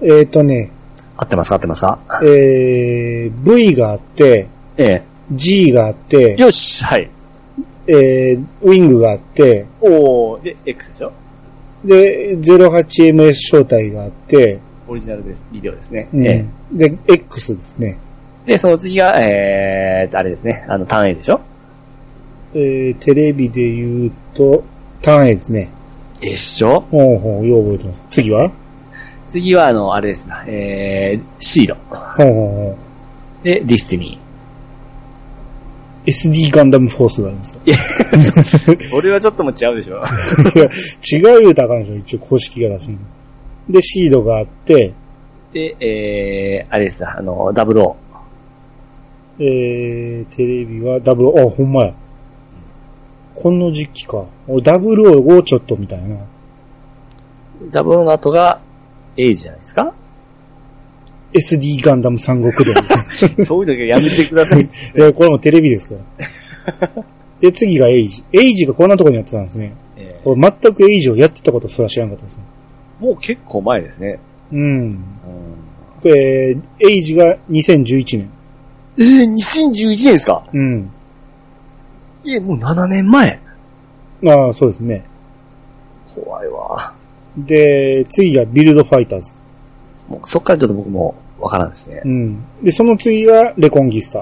S1: えーとね、
S2: 合ってますか合ってますか
S1: えー、V があって、
S2: え
S1: G があって
S2: え。、よしはい。
S1: えー、ウィングがあって、
S2: おー、で、X でしょ
S1: で、08MS 招待があって、
S2: オリジナルです。ビデオですね。
S1: うん
S2: ええ
S1: で、X ですね。
S2: で、その次が、えー、あれですね。あの、単位でしょ
S1: えー、テレビで言うと、単位ですね。
S2: でしょ
S1: ほうほう、よう覚えてます。次は
S2: 次は、あの、あれですな。えー、シーロ。
S1: ほうほうほ
S2: で、ディスティニ
S1: う。SD ガンダムフォースがありますか
S2: ー。俺はちょっとも違うでし
S1: い
S2: ょ
S1: や 違う言うたらあかんでしょ、一応公式が出してるで、シードがあって、
S2: で、えー、あれですな。あの、ダブルオ
S1: えー、テレビはダブル、あ、ほんまや。この時期か。俺、ダブルをちょっとみたいな。
S2: ー。ダブルオの後が、エイジじゃないですか
S1: SD ガンダム三国伝です。
S2: そういうのやめてくだ さい。
S1: いや、これもテレビですから。で、次がエイジ。エイジがこんなとこにやってたんですね。
S2: えー
S1: 俺全くエイジをやってたことすら知らんかったですね。
S2: もう結構前ですね。
S1: うん。
S2: うん
S1: えー、エイジが2011年。
S2: えー、2011年ですか
S1: うん。
S2: いえ、もう7年前。
S1: ああ、そうですね。
S2: 怖いわ。
S1: で、次がビルドファイターズ。
S2: もうそっからちょっと僕もわからんですね。
S1: うん。で、その次がレコンギスタ。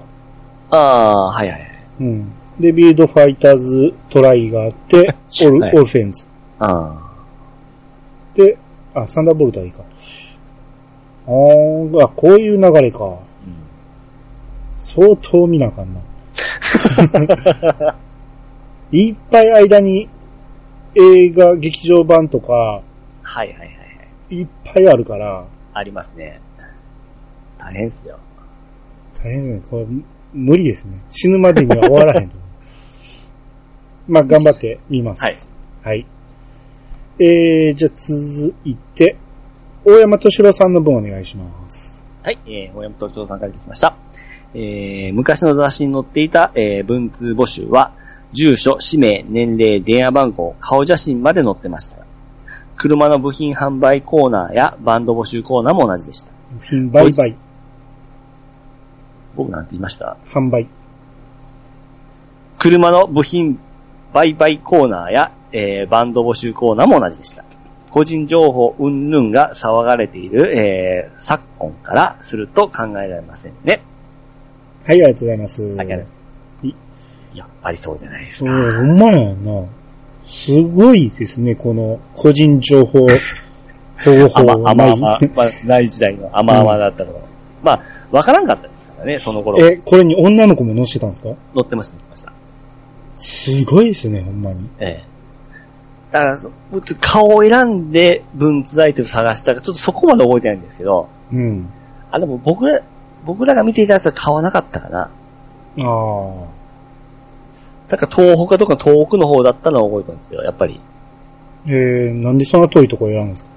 S2: ああ、はいはいはい。
S1: うん。で、ビルドファイターズトライがあって、オル、
S2: はい
S1: オルフェンズ。
S2: あ
S1: で、あ、サンダーボルトはいいか。あーあ、こういう流れか。
S2: あ、
S1: 相当見なあか んな。いっぱい間に映画、劇場版とか、
S2: はいはいはいはい。
S1: いっぱいあるから、
S2: ありますね。大変っすよ。
S1: 大変だね。これ、無理ですね。死ぬまでには終わらへんと思 う。まあ、頑張ってみます。はい。えー、じゃあ続いて、大山敏郎さんの分お願いします。
S2: はい、えー、大山東京さんからいただきました。えー、昔の雑誌に載っていた、えー、文通募集は、住所、氏名、年齢、電話番号、顔写真まで載ってました。車の部品販売コーナーやバンド募集コーナーも同じでした。
S1: 品売買、
S2: 僕なんて言いました
S1: 販売。
S2: 車の部品売買コーナーや、えーバンド募集コーナーも同じでした。個人情報云々が騒がれている、えー昨今からすると考えられませんね。
S1: はい、ありがとうございます。
S2: ありがとう
S1: い
S2: やっぱりそうじゃないです
S1: う
S2: か。
S1: ん、ほんまやな。すごいですね、この個人情報保護
S2: あ
S1: 法
S2: ま、
S1: は
S2: あま
S1: な
S2: あ
S1: い。
S2: まあ、まあ、ない時代のあまあまだったのが。まあ、わからんかったですからね、その頃。
S1: え、これに女の子も載せてたんですか
S2: 乗ってました、乗ってました。
S1: すごいですね、ほんまに。
S2: ええ。だからそ、顔を選んで文通アイテム探したか、ちょっとそこまで覚えてないんですけど、
S1: うん。
S2: あ、でも僕ら、僕らが見ていたやつは買わなかったかな。
S1: ああ。
S2: だから東北とか東北の方だったのを覚えてるんですよ、やっぱり。
S1: えー、なんでそんな遠いとこ選んですか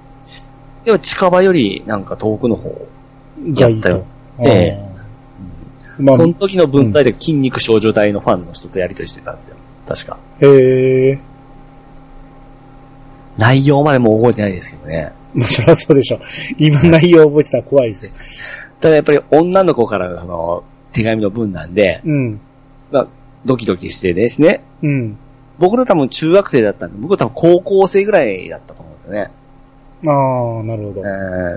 S2: でも近場よりなんか東北の方。
S1: がいいと。
S2: や
S1: あ
S2: っよ
S1: ー
S2: え
S1: まあ
S2: そ、の時の文体で筋肉少女隊のファンの人とやりとりしてたんですよ。確か。
S1: えー、
S2: 内容までもう覚えてないですけどね。
S1: まあ、そりゃそうでしょ。今内容覚えてたら怖いですよ。
S2: ただやっぱり女の子からのその手紙の文なんで、
S1: うん。
S2: まあ、ドキドキしてですね。
S1: うん。
S2: 僕ら多分中学生だったんで、僕は多分高校生ぐらいだったと思うんですよね。
S1: ああ、なるほど
S2: え。ー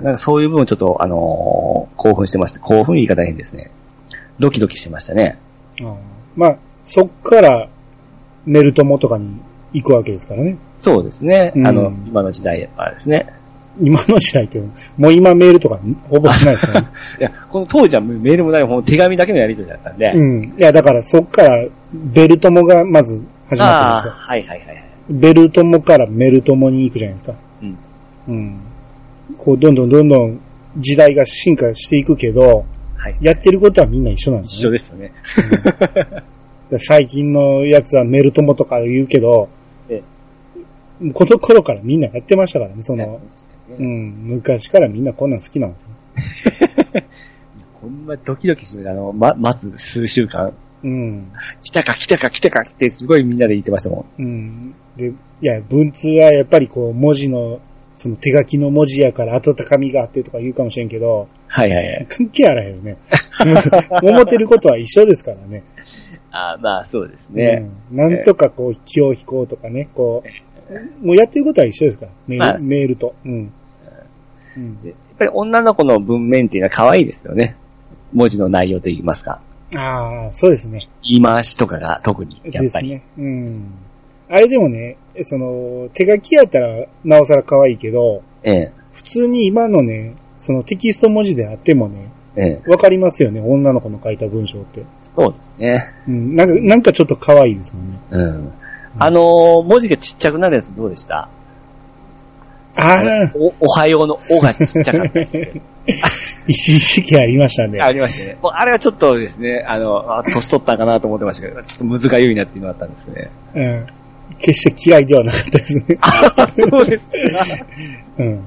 S2: なんかそういう部分ちょっと、あのー興奮してました。興奮言い方変ですね。ドキドキしてましたね。
S1: あーまあ、そっから、メルトモとかに行くわけですからね。
S2: そうですね。
S1: うん
S2: あの、今の時代はですね。
S1: 今の時代って、もう今メールとかほぼしないですからね。
S2: いや、この当時はメールもない、ほんと手紙だけのやり取りだったんで。
S1: うん。いや、だからそっから、ベルトモがまず始ま
S2: あ
S1: って
S2: あ、
S1: るんで
S2: はいはいはいはい。
S1: すよ。ベルトモからメルトモに行くじゃないですか。
S2: うん。
S1: うん。こう、どんどんどんどん時代が進化していくけど、
S2: はい。
S1: やってることはみんな一緒なんです
S2: 一緒
S1: ね。
S2: ですよね。
S1: 最近のやつはメルトモとか言うけど
S2: え、
S1: この頃からみんなやってましたからね、そ
S2: こ
S1: の、うん、昔からみんなこんなん好きなんですよ。
S2: こんなドキドキしてるあの、ま、待つ数週間。
S1: うん。
S2: 来たか来たか来たかってすごいみんなで言ってましたもん。
S1: うん。で、いや、文通はやっぱりこう、文字の、その手書きの文字やから温かみがあってとか言うかもしれんけど、
S2: はいはいはい。
S1: 関係あらへんよね。 思ってることは一緒ですからね。
S2: ああ、まあそうですね。
S1: うん。なんとかこう、気を引こうとかね、こう、もうやってることは一緒ですから、メール,、
S2: まあ
S1: メールと。うん。うん、
S2: でやっぱり女の子の文面っていうのは可愛いですよね。文字の内容といいますか。
S1: ああ、そうですね。
S2: 言い回しとかが特に、や
S1: で
S2: っ
S1: す
S2: ぱり。
S1: ね。うん。あれでもね、その、手書きやったら、なおさら可愛いけど、
S2: ええ。
S1: 普通に今のね、そのテキスト文字であってもね、
S2: ええ。
S1: わかりますよね、女の子の書いた文章って。
S2: そうですね。
S1: うん、なんか、なんかちょっと可愛いですもんね。
S2: うん。あのー文字がちっちゃくなるやつどうでした
S1: ああ、
S2: お、おはようのおがちっちゃかったです けど。
S1: 一時期ありましたね。
S2: ありましたね。もうあれはちょっとですね、あの、あ年取ったかなと思ってましたけど、ちょっとむずがゆいなっていうのがあったんですね。
S1: うん。決して嫌いではなかったですね。
S2: そうですか。
S1: うん。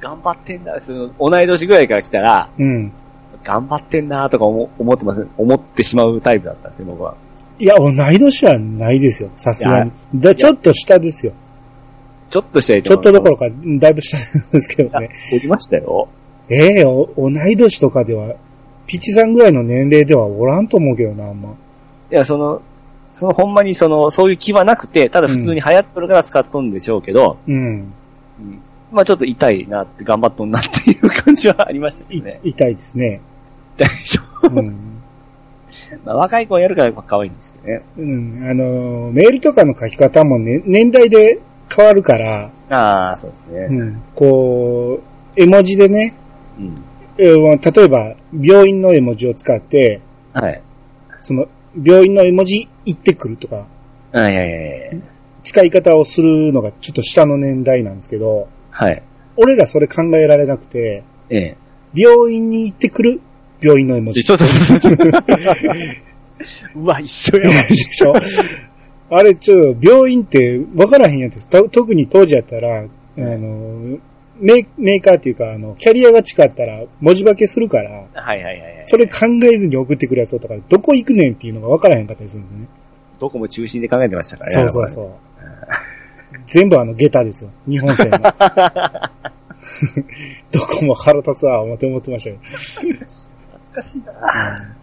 S2: 頑張ってんだ。その、同い年ぐらいから来たら、
S1: うん。
S2: 頑張ってんなとか思思ってます、思ってしまうタイプだったんですよ、僕は。
S1: いや、同い年はないですよ、さすがに。だ、ちょっと下ですよ。
S2: ちょっとしたり
S1: ちょっとどこ
S2: ろ。
S1: ろか、うんだいぶ下なんですけどね。
S2: おりましたよ。
S1: ええお同い年とかでは、ピチさんぐらいの年齢ではおらんと思うけどな、あんま。
S2: いや、その、そのほんまにその、そういう気はなくて、ただ普通に流行っとるから使っとんでしょうけど、
S1: うん。
S2: うんまあちょっと痛いなって、頑張っとんなっていう感じはありましたけ
S1: い
S2: どね。
S1: 痛いですね。
S2: 痛いでしょ。
S1: うん。
S2: まあ若い子やるから可愛いんですけどね。
S1: うん。あのー、メールとかの書き方もね、年代で変わるから、
S2: ああ、そうです
S1: う
S2: ね。
S1: ん。こう、絵文字でね、
S2: うん。
S1: えー例えば、病院の絵文字を使って、
S2: はい。
S1: その、病院の絵文字行ってくるとか、
S2: あいやいやいや
S1: 使い方をするのがちょっと下の年代なんですけど、
S2: はい。
S1: 俺らそれ考えられなくて、
S2: ええ。
S1: 病院に行ってくる病院の絵文字。
S2: そうそうそうそう。 うわ、一緒やわ。
S1: でしょ あれ、ちょっと、病院って分からへんやつた特に当時やったら、あの、メメーカーっていうか、あの、キャリアが違ったら文字化けするから、
S2: はいはいはいはい。
S1: それ考えずに送ってくるやつだったから、どこ行くねんっていうのが分からへんかったりするんですよね。
S2: どこも中心で考えてましたからね。
S1: そうそうそう。全部あの、下駄ですよ。日本 製の。どこも腹立つわ、思って思ってましたよ。
S2: う。おかしいな。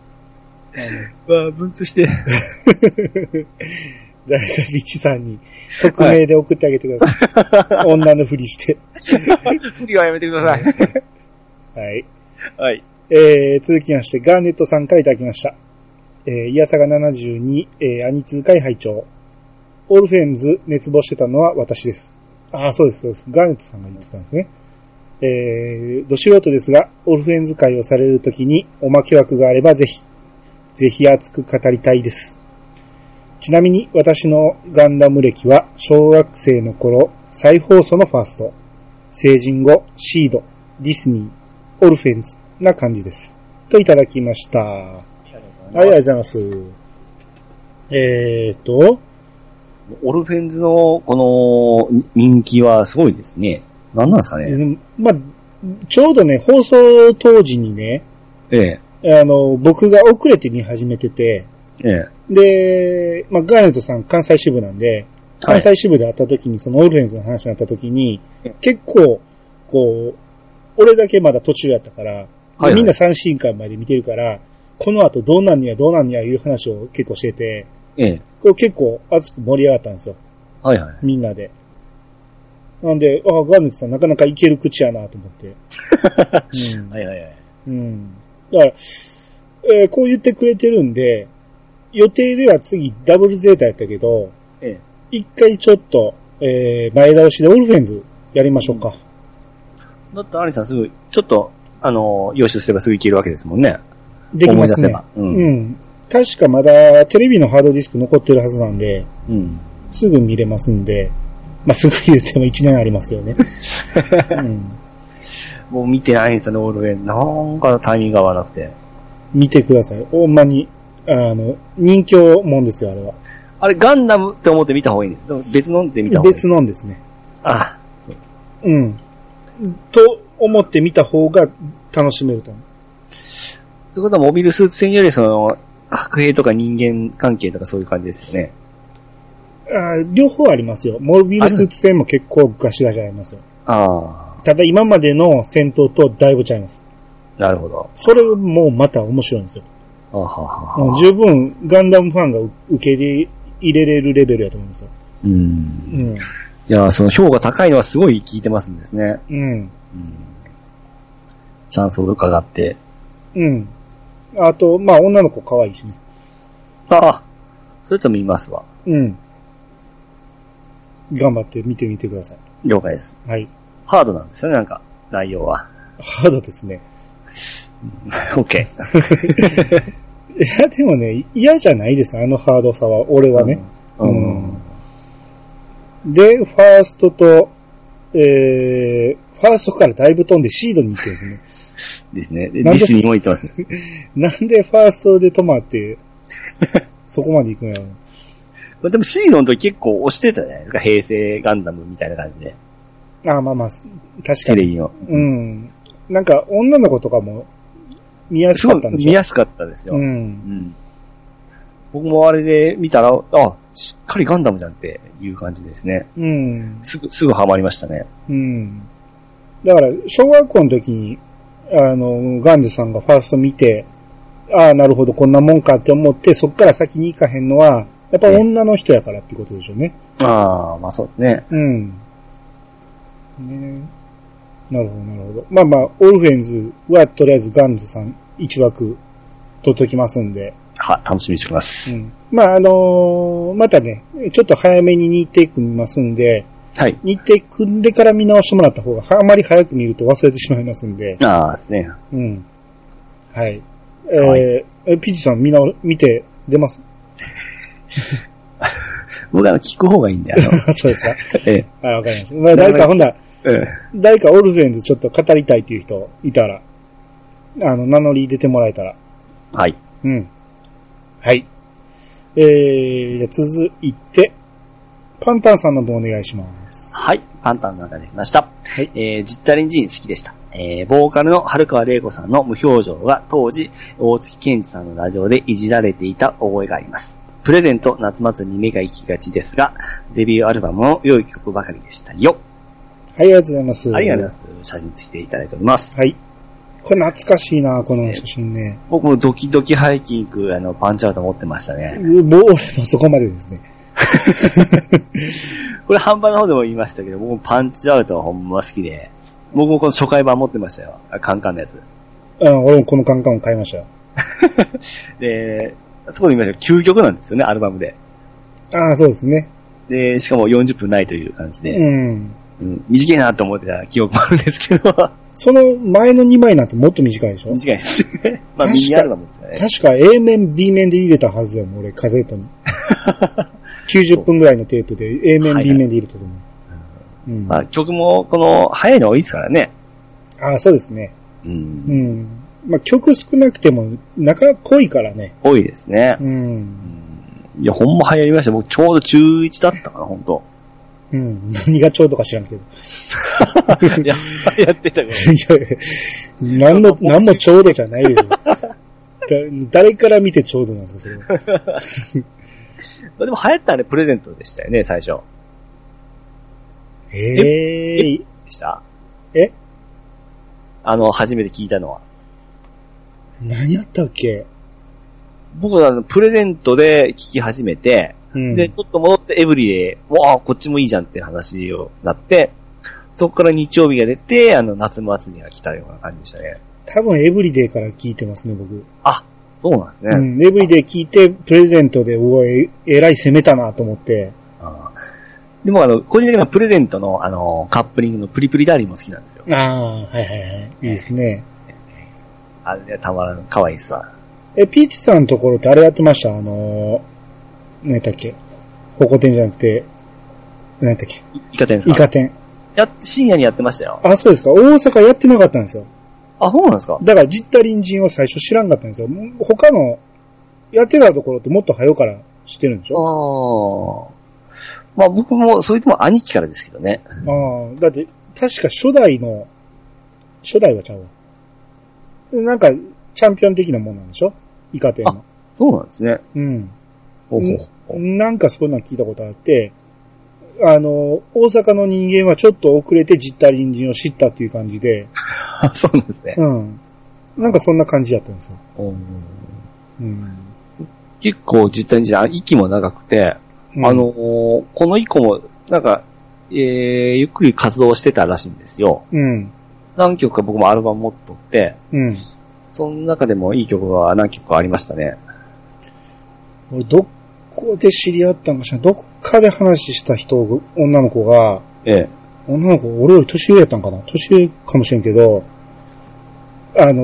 S2: うわ、文 通して。
S1: 誰かビチさんに、匿名で送ってあげてください。 女のふりして。
S2: 不利はやめてください。
S1: はい。
S2: はい。
S1: えー、続きまして、ガーネットさんからいただきました。えー、イヤサガ72、えー、アニツー会拝聴オルフェンズ熱望してたのは私です。ああ、そうです、そうです。ガーネットさんが言ってたんですね。えー、ど素人ですが、オルフェンズ会をされるときにおまけ枠があればぜひ、ぜひ熱く語りたいです。ちなみに私のガンダム歴は小学生の頃、再放送のファースト、成人後、シード、ディスニー、オルフェンズな感じです。といただきました。はい、ありがとうございます。えーと、
S2: オルフェンズのこの人気はすごいですね。何なんですかね。
S1: うんまあ、ちょうどね、放送当時にね、
S2: ええ。
S1: あの、僕が遅れて見始めてて、
S2: ええ。
S1: で、まあ、ガーネットさん関西支部なんで、
S2: はい
S1: 関西支部で会った時に、そのオルフェンズの話になった時に
S2: うん、
S1: 結構、こう、俺だけまだ途中やったから、
S2: はいはい
S1: みんな三進間まで見てるから、この後どうなんにやどうなんにやいう話を結構してて、
S2: ええ。
S1: こう結構熱く盛り上がったんですよ、
S2: はいはい。
S1: みんなで。なんで、ああ、ガーネットさんなかなかいける口やなと思っ て。うん
S2: はいはいはい。
S1: うん。だから、えーこう言ってくれてるんで、予定では次ダブルゼータやったけど、
S2: ええ。
S1: 一回ちょっと、えー前倒しでオルフェンズやりましょうか。
S2: だってアリさんすぐ、ちょっと、あの、用意すればすぐいけるわけですもんね。
S1: できます
S2: 思い出せ
S1: ね
S2: ば。う
S1: うんん。確かまだテレビのハードディスク残ってるはずなんで、
S2: うん。
S1: すぐ見れますんで、まあ、すぐ言っても1年ありますけ どね。うん、
S2: もう見てないんですよね、オールウェイ。なんかタイミングが合わなくて。
S1: 見てください。ほんまに、あの、人気もんですよ、あれは。
S2: あれ、ガンダムって思って見た方がいいんです。でも別のって見た方がいい。
S1: 別。のんですね。
S2: あ、
S1: うん。と思って見た方が楽しめると思う。
S2: ということはモビルスーツ戦よりその、白兵とか人間関係とかそういう感じですよね。
S1: あー両方ありますよ。モビルスーツ戦も結構ガシガシありますよ。
S2: ああ、
S1: ただ今までの戦闘とだいぶ違います。
S2: なるほど。
S1: それもまた面白いんですよ。
S2: あはは
S1: もう
S2: は。
S1: 十分ガンダムファンが受け入れれるレベルやと思うんですよ。
S2: うん。
S1: うん。
S2: いやー、その評価高いのはすごい効いてますんですね。
S1: うん。
S2: うん。チャンスを伺って。
S1: うん。あと、まあ女の子可愛いしね。
S2: ああ、それと見ますわ。
S1: うん。頑張って見てみてください。
S2: 了解です。
S1: はい。
S2: ハードなんですよね、なんか、内容は。
S1: ハードですね。
S2: オッケ
S1: いや、でもね、嫌じゃないです。あのハードさは、俺
S2: ー。
S1: はね。
S2: う
S1: うん
S2: ん。
S1: で、ファーストと、えー、ファーストからだいぶ飛んでシードに行ってるんですね。
S2: ですね。でデ
S1: なん
S2: ィ
S1: で
S2: スニーも行ってますね。
S1: なんでファーストで止まって、 そこまで行くんやろ。
S2: まあでもシードの時結構押してたじゃないですか。平成ガンダムみたいな感じで。
S1: あーまあまあ、確か
S2: テレ
S1: に。
S2: ビの。
S1: うん。なんか、女の子とかも、見やす
S2: す
S1: か
S2: ご
S1: った
S2: い
S1: んでしょ
S2: 見やすかったですよ。
S1: う。
S2: うんん僕もあれで見たら、あ、しっかりガンダムじゃんっていう感じですね。
S1: うん。
S2: すぐ、すぐハマりましたね。
S1: うん。だから、小学校の時に、あの、ガンズさんがファースト見て、ああ、なるほど、こんなもんかって思って、そっから先に行かへんのは、やっぱ女の人やからってことでしょうね。
S2: ああ、まあそうですね。
S1: うん。ねなるほど、なるほど。まあまあ、オルフェンズはとりあえずガンズさん1枠取っときますんで。
S2: は、楽しみにしておきま
S1: う
S2: す。
S1: ん。まああのーまたね、ちょっと早めに日程組みますんで、
S2: はい。
S1: 日程組んでから見直してもらった方が、あまり早く見ると忘れてしまいますんで。
S2: ああ、ですね。
S1: うん。はい。え
S2: は
S1: ーえ、ピチさん見直、見て出ます
S2: 僕はあの聞く方がいいんで、あの、
S1: そうですか
S2: え
S1: あ、わかりました。まあ、誰か、ほんなら、
S2: え、うん
S1: 誰かオルフェンズちょっと語りたいっていう人いたら、あの、名乗り出てもらえたら。
S2: はい。
S1: うん。はい。えー、じゃあ続いて、パンタンさんの分お願いします。
S2: はい。パンタンの中できました。
S1: はい
S2: えー、実体リンジーン好きでした。えー、ボーカルの春川玲子さんの無表情が当時、大月健二さんのラジオでいじられていた覚えがあります。プレゼント夏祭りに目が行きがちですが、デビューアルバムの良い曲ばかりでしたよ。
S1: はい、ありがとうございます。
S2: ありがとうございます。写真付きていただいております。
S1: はい。これ懐かしいな、この写真ね。
S2: 僕もドキドキハイキング、あの、パンチアウト持ってましたね。
S1: うもう俺もそこまでですね。
S2: これ販売の方でも言いましたけど、僕もパンチアウトはほんま好きで、僕もこの初回版持ってましたよ。あカンカンのやつ。
S1: うん、俺もこのカンカンを買いましたよ。
S2: で、そこで言いましたけど、究極なんですよね、アルバムで。
S1: ああ、そうですね。
S2: で、しかも40分ないという感じで、
S1: うん。
S2: うん、短いなと思ってた記憶もあるんです けど、
S1: その前の2枚なんてもっと短いでしょ
S2: 短いですね。ま
S1: 確
S2: あ、
S1: か
S2: ミニアルバムですね。
S1: 確か A 面、B 面で入れたはずやもん、俺、カセット に。90分ぐらいのテープで A 面、
S2: はいはい
S1: B 面で入れたと思う。うん。
S2: ま
S1: あ
S2: あ、曲も、この、早いの多いですからね。
S1: あ、そうですね。
S2: う。
S1: うんん。まあ、曲少なくても、中濃いからね。
S2: 多いですね。
S1: う。
S2: うんんいや、ほんま流行りました。僕、ちょうど中1だったかな、ほん と。
S1: うん。何がちょうどか知らんけど。
S2: いや、やってたから。
S1: いやいや、 何の、何もちょうどじゃないですよ。だ誰から見てちょうどなんですか、それは。
S2: まあ、でも流行ったあれプレゼントでしたよね、最初。
S1: ええー、
S2: でした
S1: え
S2: あの、初めて聞いたのは。
S1: 何やったっけ
S2: 僕はあの、プレゼントで聞き始めて、
S1: うん。
S2: で、ちょっと戻ってエブリで、わあ、こっちもいいじゃんって話をなって、そこから日曜日が出て、あの、夏祭りが来たような感じでしたね。
S1: 多分エブリデイから聞いてますね、僕。
S2: あ、そうなんですね。
S1: うん、エブリデイ聞いて、プレゼントで、うわ、ええらい攻めたなと思って。
S2: あーでもあの、個人的にはプレゼントの、あの、カップリングのプリプリダーリンも好きなんですよ。
S1: ああ、はいはいはい。いいですね。
S2: あれね、たまらん、かわいいっすわ。
S1: え、ピーチさんのところってあれやってましたあのー、何やったっけ方向転じゃなくて、何やったっけ
S2: いイカ天さん。
S1: イカ天。
S2: やっ、深夜にやってましたよ。
S1: あ、そうですか。大阪やってなかったんですよ。
S2: あ、そうなんですか
S1: だから、実った隣人は最初知らんかったんですよ。もう他の、やってたところってもっと早うから知ってるんでしょ
S2: ああ。まあ僕も、それとも兄貴からですけどね。
S1: ああ、だって、確か初代の、初代はちゃうわ。なんか、チャンピオン的なもんなんでしょイカ天の。
S2: そうなんですね。
S1: うん。
S2: ほうほうほう
S1: なんかそんなん聞いたことあって、あの、大阪の人間はちょっと遅れて実体隣人を知ったっていう感じで、
S2: あ そうなんですね。
S1: うん。なんかそんな感じだったんですよ。
S2: うん
S1: うん。
S2: 結構実体にじゃ息も長くて、
S1: うん
S2: あの、ーこの以降も、なんか、えー、ゆっくり活動してたらしいんですよ。
S1: うん。
S2: 何曲か僕もアルバム持っとって、
S1: うん。
S2: その中でもいい曲は何曲かありましたね。
S1: 俺、どこで知り合ったんかしらんどっかで話した人、女の子が、
S2: ええ。
S1: 女の子、俺より年上やったんかな年上かもしれんけど、あの、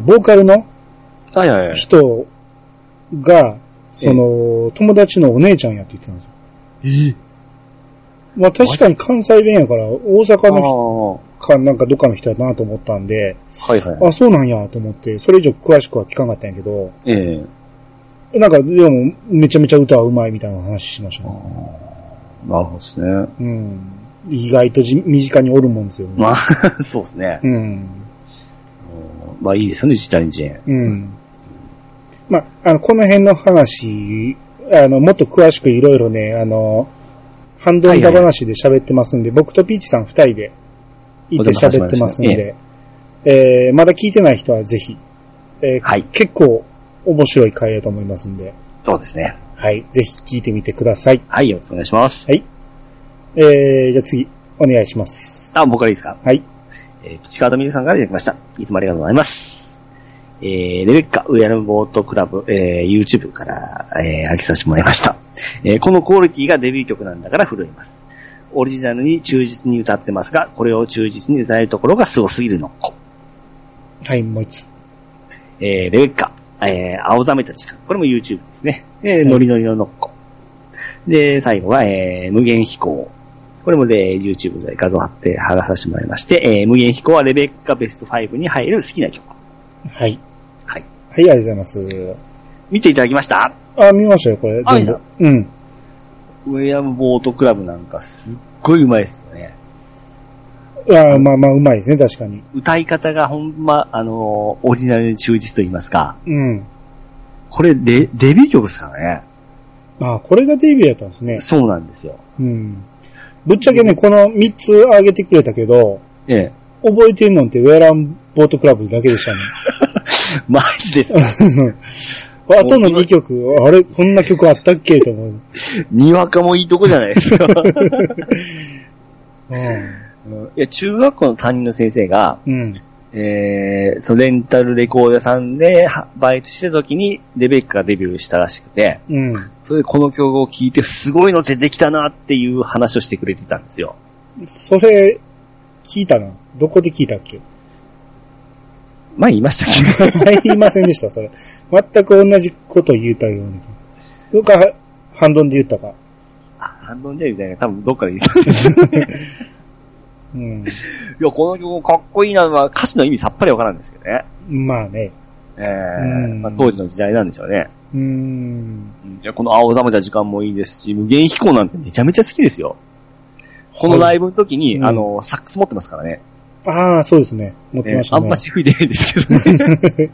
S1: ボーカルの
S2: はいはいはい。
S1: 人が、その、友達のお姉ちゃんやって言ってたんですよ。まあ確かに関西弁やから、大
S2: あ
S1: 阪の
S2: あ。は
S1: 人か、なんかどっかの人やなと思ったんで、
S2: いはい。
S1: あ、そうなんやと思って、それ以上詳しくは聞かなかったんやけど、
S2: ええ。
S1: なんかでも、めちゃめちゃ歌はうまいみたいな話しました
S2: あ
S1: ね。
S2: ーなるほどですね。
S1: うん。意外とじ身近におるもんですよね。
S2: まあ、 そうですね。
S1: うん。
S2: うんまあいいですよね、実体に人。
S1: うん。まあ、あの、この辺の話、あの、もっと詳しくいろいろね、あの、ハンドンダ話で喋ってますんで、僕とピーチさん二人でいて喋ってますん
S2: お邪魔しました
S1: で、えー、まだ聞いてない人はぜひ、えー
S2: はい。
S1: 結構面白い回だと思いますんで、
S2: そうですね。
S1: はい、ぜひ聞いてみてください。
S2: はい、よろしくお願いします。
S1: はい。えー、じゃあ次、お願いします。
S2: あ、僕からいいですか
S1: はい。
S2: えーピチカードミルさんからいただきました。いつもありがとうございます。えー、レベッカ、ウェアラムボートクラブ、えー、YouTube から、えー、上げさせてもらいました。えー、このクオリティがデビュー曲なんだから震えます。オリジナルに忠実に歌ってますが、これを忠実に歌えるところが凄すぎるのっこ。
S1: はい、もう一つ。
S2: えー、レベッカ、えー、青ザメたちか。これも YouTube ですね。えー、ノリノリのノッコ。で、最後は、えー、無限飛行。これもで、YouTube で画像貼って、貼らさせてもらいまして、えー、無限飛行はレベッカベスト5に入る好きな曲。
S1: はい。
S2: はい。
S1: はい、ありがとうございます。
S2: 見ていただきました
S1: あ、見ましたよ、これ。
S2: あ
S1: 全
S2: 見
S1: 部
S2: た。
S1: うん。
S2: ウェアムボートクラブなんかすっごい上手いですよね。
S1: あまあまあ、うまいですね、確かに。
S2: 歌い方がほんま、あのーオリジナルに忠実と言いますか。
S1: うん。
S2: これで、デビュー曲ですから
S1: あこれがデビューやったんですね
S2: ね。。そうなんですよ。
S1: うん。ぶっちゃけね、この3つ挙げてくれたけど、
S2: ええ。
S1: 覚えてんのってウェアランボートクラブだけでしたね。
S2: マジですか
S1: あとの2曲、あれ、こんな曲あったっけと思う。うん。
S2: にわかもいいとこじゃないですか。うんいや、中学校の担任の先生が、
S1: うん。
S2: えー、そのレンタルレコード屋さんではバイトしてた時にレベッカがデビューしたらしくて、
S1: うん。
S2: それでこの曲を聴いてすごいのってできたなっていう話をしてくれてたんですよ。
S1: それ、聞いたな。どこで聞いたっけ
S2: 前言いましたっけ
S1: 言いませんでした、それ。全く同じこと言うたように。それか、ハンドンで言ったか。
S2: あ、反論じゃみたいな、多分どっかで言ったんです よ。
S1: うん。
S2: いや、この曲かっこいいなのは歌詞の意味さっぱりわからんですけどね。
S1: まあね。
S2: え
S1: う
S2: ー、
S1: ん
S2: まあ、当時の時代なんでしょうね。
S1: うーん。
S2: うんいや、この青ざめた時間もいいですし、無限飛行なんてめちゃめちゃ好きですよ。このライブの時に、
S1: はい
S2: あの、サックス持ってますからね。
S1: ああ、そうですね。持ってました
S2: あん
S1: ね。
S2: まし吹いてないんですけどね。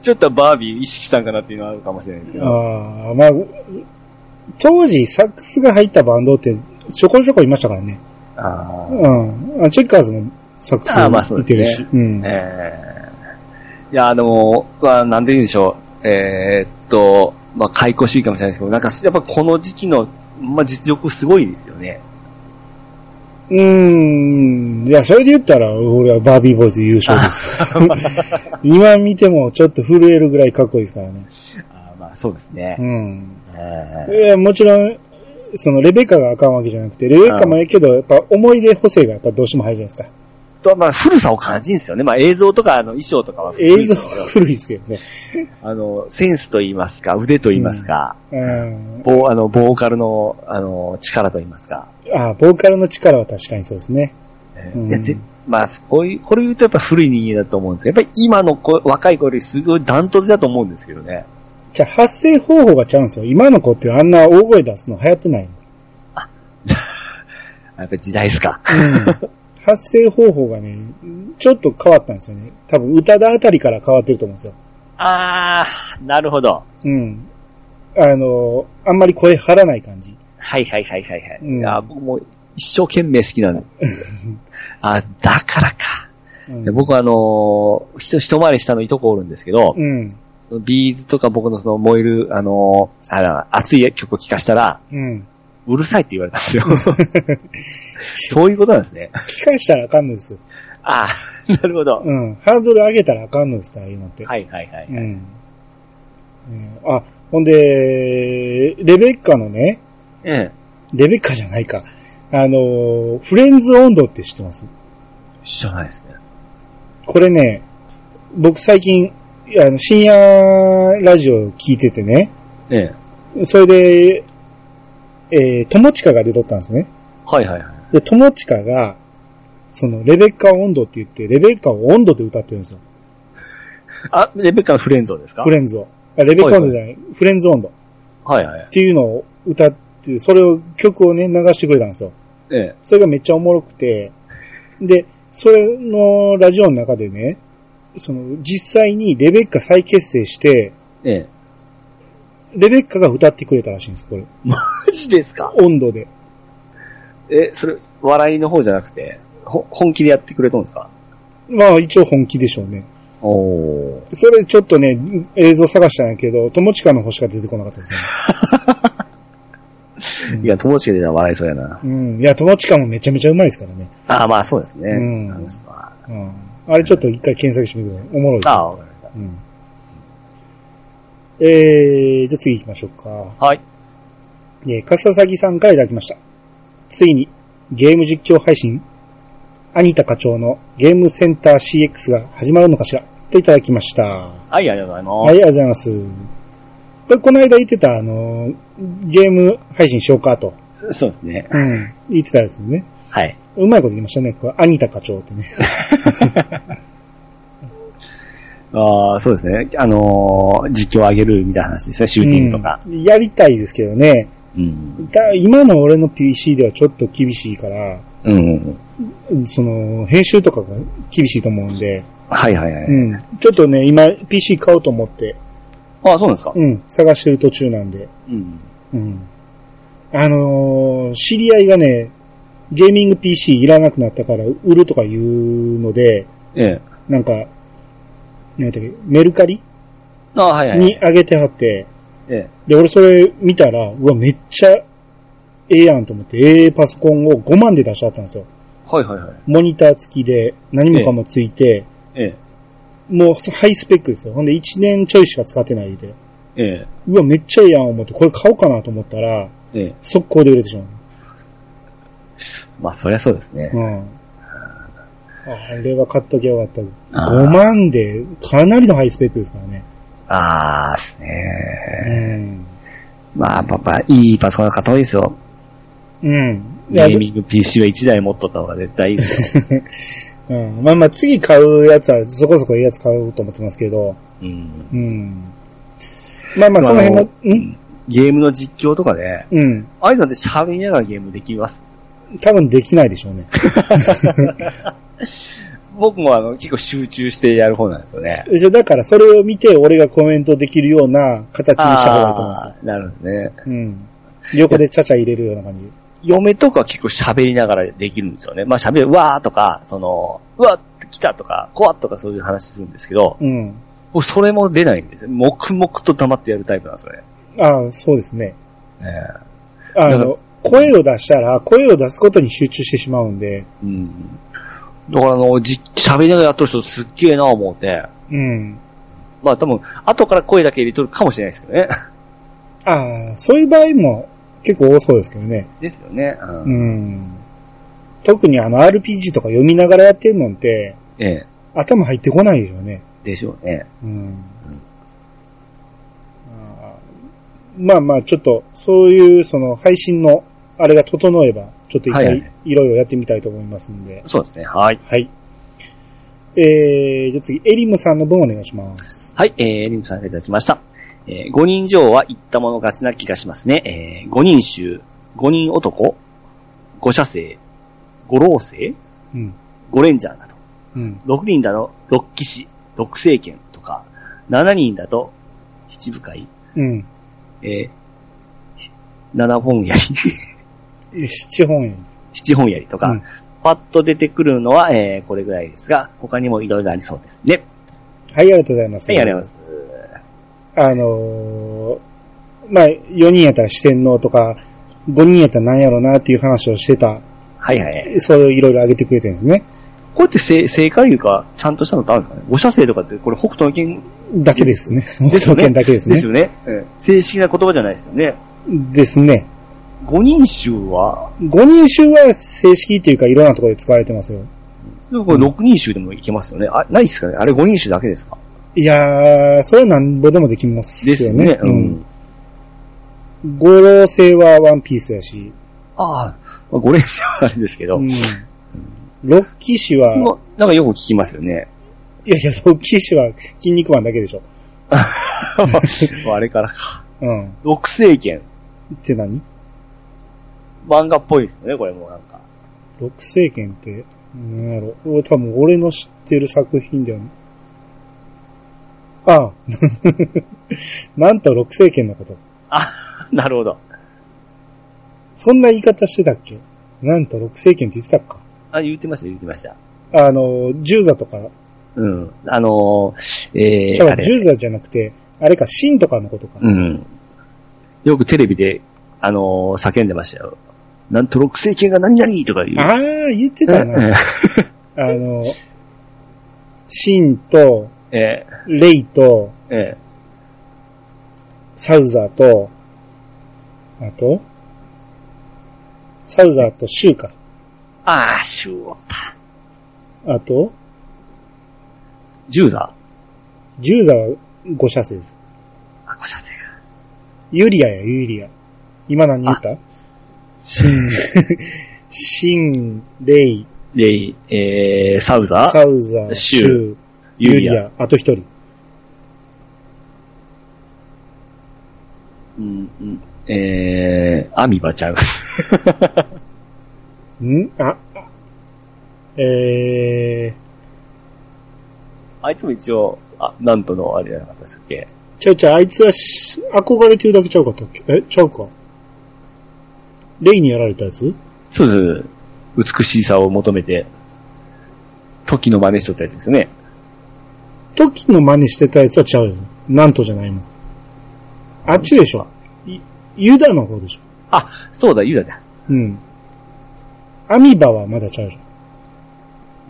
S2: ちょっとバービー意識したんかなっていうのはあるかもしれないですけど。
S1: ああ、まあ、当時サックスが入ったバンドってちょこちょこいましたからね。
S2: あー
S1: うん。あチェッカーズもサックス
S2: あーまあそう
S1: い
S2: で
S1: て
S2: すね
S1: るし。うん。
S2: えー、いや、あの、まあ、なんて言うんでしょう。えーっと、まあ、解雇主義かもしれないですけど、なんか、やっぱこの時期の、まあ、実力すごいですよね。
S1: うーん。いや、それで言ったら、俺はバービーボーイズ優勝です。 今見てもちょっと震えるぐらいかっこいいですからね。
S2: あーまあ、そうですね
S1: う。ん。い
S2: え
S1: や、もちろん、そのレベッカがあかんわけじゃなくて、レベッカもええけど、やっぱ思い出補正がやっぱどうしても入るじゃないですか。
S2: ーと、まあ、古さを感じるんですよね。まあ、映像とか、あの、衣装とかは古い
S1: 映
S2: で
S1: 像
S2: すけど
S1: は古いですけどね。
S2: あの、センスと言いますか、腕と言いますか、
S1: うん。
S2: ボーあの、ボーカルの、あの、力と言いますか。
S1: ああ、ボーカルの力は確かにそうですね。
S2: え
S1: うん
S2: いやぜまあ、こういう、これ言うとやっぱ古い人間だと思うんですけど、やっぱり今の子、若い子よりすごいダントツだと思うんですけどね。
S1: じゃあ発声方法がちゃうんですよ。今の子ってあんな大声出すの流行ってないの。
S2: やっぱり時代ですか。
S1: 発声方法がね、ちょっと変わったんですよね。多分、歌田あたりから変わってると思うんですよ。
S2: あー、なるほど。
S1: うん。あの、あんまり声張らない感じ。
S2: はいはいはいはいはい。
S1: うん
S2: いや僕も一生懸命好きなんで。あ、だからか。
S1: うん
S2: で僕はあのー、一一回り下のいとこおるんですけど、
S1: うん。
S2: ビーズとか僕のその燃える、あのー、あら熱い曲を聴かしたら、
S1: うん。
S2: うるさいって言われたんですよ。 そういうことなんですね。
S1: 聞かしたらあかんのですよ。
S2: ああ、なるほど。
S1: うん。ハードル上げたらあかんのです、ああいうのって。
S2: はいはいはい。
S1: うん。ねあ、ほんで、レベッカのね、
S2: ええ。
S1: レベッカじゃないか。あの、フレンズ温度って知ってます
S2: 知らないですね。
S1: これね、僕最近、あの深夜ラジオ聞いててね、
S2: ええ。
S1: それで、えー、友近が出とったんですね。
S2: はいはいはい。
S1: で、友近が、その、レベッカ温度って言って、レベッカを温度で歌ってるんですよ。
S2: あ、レベッカのフレンゾですか
S1: フレンズを。あレベッカ温度じゃない、フレンズ温度っ
S2: はいはい。
S1: ていうのを歌って、それを、曲をね、流してくれたんですよ。
S2: ええ。
S1: それがめっちゃおもろくて、で、それのラジオの中でね、その、実際にレベッカ再結成して、
S2: ええ。
S1: レベッカが歌ってくれたらしいんです、これ。
S2: マジですか
S1: 温度で。
S2: え、それ、笑いの方じゃなくて、ほ、本気でやってくれたんですか
S1: まあ一応本気でしょうね。
S2: おー。
S1: それちょっとね、映像探したんやけど、友近の星が出てこなかったですね。
S2: いや、友達で笑いそうやな。
S1: うん、うん。いや、友近もめちゃめちゃうまいですからね。
S2: ああ、まあそうですね。
S1: うん
S2: あの人は。
S1: うん。あれちょっと一回検索してみてください。おもろいです。
S2: ああ、わかりまし
S1: うん。えー、じゃあ次行きましょうか。
S2: た。はい。
S1: えー、かささぎさんからいただきました。ついに、ゲーム実況配信アニタ課長のゲームセンター CX が始まるのかしらといただきました。はい、
S2: はい、ありがとうございます。
S1: ありがとうございます。でこの間言ってた、あのー、ゲーム配信しようかと。
S2: そうですね。
S1: うん。言ってたやつね。
S2: はい。
S1: うまいこと言いましたね。これ、アニタ課長ってね。
S2: ああ、そうですね。あのー実況を上げるみたいな話ですね。シューティングとか。
S1: うんやりたいですけどね。
S2: うん。
S1: だ今の俺の PC ではちょっと厳しいから、
S2: うん。うん、
S1: うんその、編集とかが厳しいと思うんで、
S2: はいはいはい。
S1: うん。ちょっとね、今、PC 買おうと思って、
S2: ああ、そうなんですか。
S1: うん、探してる途中なんで、
S2: うん。
S1: うん。あのー知り合いがね、ゲーミング PC いらなくなったから売るとか言うので、
S2: ええ。
S1: なんか、なんだっけ、メルカリ
S2: ああ、はいはい。
S1: に上げてはって、
S2: ええ。
S1: で、俺それ見たら、うわ、めっちゃ、ええやんと思って、ええパソコンを5万で出しちゃったんですよ。
S2: はいはいはい。
S1: モニター付きで、何もかもついて、
S2: ええ。
S1: もうハイスペックですよ。ほんで1年ちょいしか使ってないで。
S2: ええ。
S1: うわ、めっちゃいいやん思って、これ買おうかなと思ったら、
S2: ええ。
S1: 速攻で売れてしまう。
S2: まあ、そりゃそうですね。
S1: うん。あれは買っときゃよかった。
S2: あー
S1: 5万で、かなりのハイスペックですからね。
S2: ああ、です
S1: う
S2: ね。
S1: ん。
S2: まあ、パパ、いいパソコンが買った方がいいですよ。
S1: うん。い
S2: ゲ
S1: や
S2: ーミング PC は1台持っとった方が絶対いいです よ。
S1: うん、まあまあ、次買うやつは、そこそこいいやつ買おうと思ってますけど、
S2: うん。
S1: うん。まあまあ、その辺の、ん
S2: ゲームの実況とかで、
S1: うん。
S2: あいさんって喋りながらゲームできます。
S1: 多分できないでしょうね。
S2: 僕もあの、結構集中してやる方なんですよね。
S1: じゃあだから、それを見て、俺がコメントできるような形にした方がいいと思うんですよ
S2: あ。ーなるほどね。
S1: うん。横でちゃちゃ入れるような感じ。
S2: 嫁とかは結構喋りながらできるんですよね。まあ喋る、うわーとか、その、うわー来たとか、こわっとかそういう話するんですけど、
S1: うん。
S2: 僕それも出ないんですよ。黙々と黙ってやるタイプなんですよね。
S1: ああ、そうですね。
S2: え
S1: あ
S2: だから
S1: の、声を出したら、声を出すことに集中してしまうんで、
S2: えうん。だからあの、じ喋りながらやっとる人すっげえな思って、
S1: うん。
S2: まあ多分、後から声だけ入れとるかもしれないですけどね。
S1: ああ、そういう場合も結構多そうですけどね。
S2: ですよね。うん
S1: うん。特にあの RPG とか読みながらやってるのって、
S2: ええ。
S1: 頭入ってこないでしょうね。
S2: でしょうね。
S1: うん。ああまあまあ、ちょっと、そういう、その、配信の、あれが整えば、ちょっと一
S2: はいは
S1: 回
S2: い、
S1: いろいろやってみたいと思いますんで。
S2: そうですね。はい。
S1: はい。えー、じゃあ次、エリムさんの分お願いします。
S2: はい、えー、リンクさんがいただきました。えー、5人以上は言ったもの勝ちな気がしますね。えー、5人衆、5人男、5社生、5老生、
S1: うん。
S2: 5レンジャーなど、
S1: うん。
S2: 6人だの6騎士、6聖剣とか、7人だと7部会、
S1: うん。
S2: えー、7本槍、
S1: 七本や。
S2: 7本槍とか、
S1: うん
S2: パッと出てくるのは、えー、これぐらいですが、他にもいろいろありそうですね。
S1: はい、ありがとうございます。
S2: はい、ありがとうござい
S1: あのー、まあ、4人やったら四天王とか、5人やったらなんやろうなっていう話をしてた、
S2: ます。はいはい。
S1: それをいろいろ挙げてくれてるんですね。
S2: こうやって正正解いうか、ちゃんとしたのってあるんですかね五社生とかって、これ北斗の剣
S1: だけですね。北
S2: ですよ
S1: 斗
S2: ね
S1: 県だけです
S2: で
S1: ね
S2: す。よね。うん正式な言葉じゃないですよね。
S1: ですね。
S2: 五人衆は、
S1: 5人衆は正式っていうかいろんなところで使われてますよ。
S2: でもこれ六人衆でもいけますよね。あ、ないですかねあれ五人衆だけですか
S1: いやー、それはなんぼでもできますよね。
S2: ですよね。う
S1: うん
S2: ん。。
S1: 五郎星はワンピースやし、
S2: ああ、まあ五連衆はあれですけど、
S1: うん。ロッキー氏は、
S2: そのなんかよく聞きますよ ね。
S1: いやいや、ロッキー氏は筋肉マンだけでしょ。
S2: まああれからか。
S1: うん。
S2: 六聖剣。
S1: って何
S2: 漫画っぽいですよね、これもなんか。
S1: 六星剣って、なんやろ。俺多分俺の知ってる作品では、あ あ。なんと六星剣のこと。
S2: なるほど。
S1: そんな言い方してたっけなんと六星剣って言ってたっか。
S2: あ、言ってました、言ってました。
S1: あの、ジューザとか、
S2: うん。あのー、え
S1: じ
S2: ー、
S1: ゃ
S2: あ
S1: あジ
S2: れ。
S1: ューザじゃなくて、あれか、シンとかのことか。
S2: うん。よくテレビで、あのー、叫んでましたよ。なんと、六世紀が何々とか言う。
S1: ああ、言ってたな。あの、シンと、
S2: ええ
S1: レイと、
S2: ええ
S1: サウザーと、あと、サウザーとシューか。
S2: ああ、しゅう。
S1: あと、
S2: ジューザ
S1: ジューザは5射精です。
S2: ーあ、ごめんなさい
S1: ユリアや、ユリア。今何言ったシン、シン、レイ、
S2: で、えー、サウザー、
S1: サウザー、
S2: シュ
S1: シ
S2: ー
S1: ュー、ユリ。ア、あと一人。
S2: うん、うん。えー、アミバちゃう。
S1: んあ、あえ
S2: あいつも一応、あ、なんとのあれじゃなかったでしたっけ
S1: ー、ちゃうちゃう、あいつはし憧れてるだけちゃうかったっけえ、ちゃうか。レイにやられたやつ
S2: そうです。美しさを求めて、時の真似しとったやつですね。
S1: 時の真似してたやつはちゃうよ。なんとじゃないもん。あっちでしょ。いユダの方でしょ。
S2: あ、そうだ、ユダだ。
S1: うん。アミバはまだちゃうじ
S2: も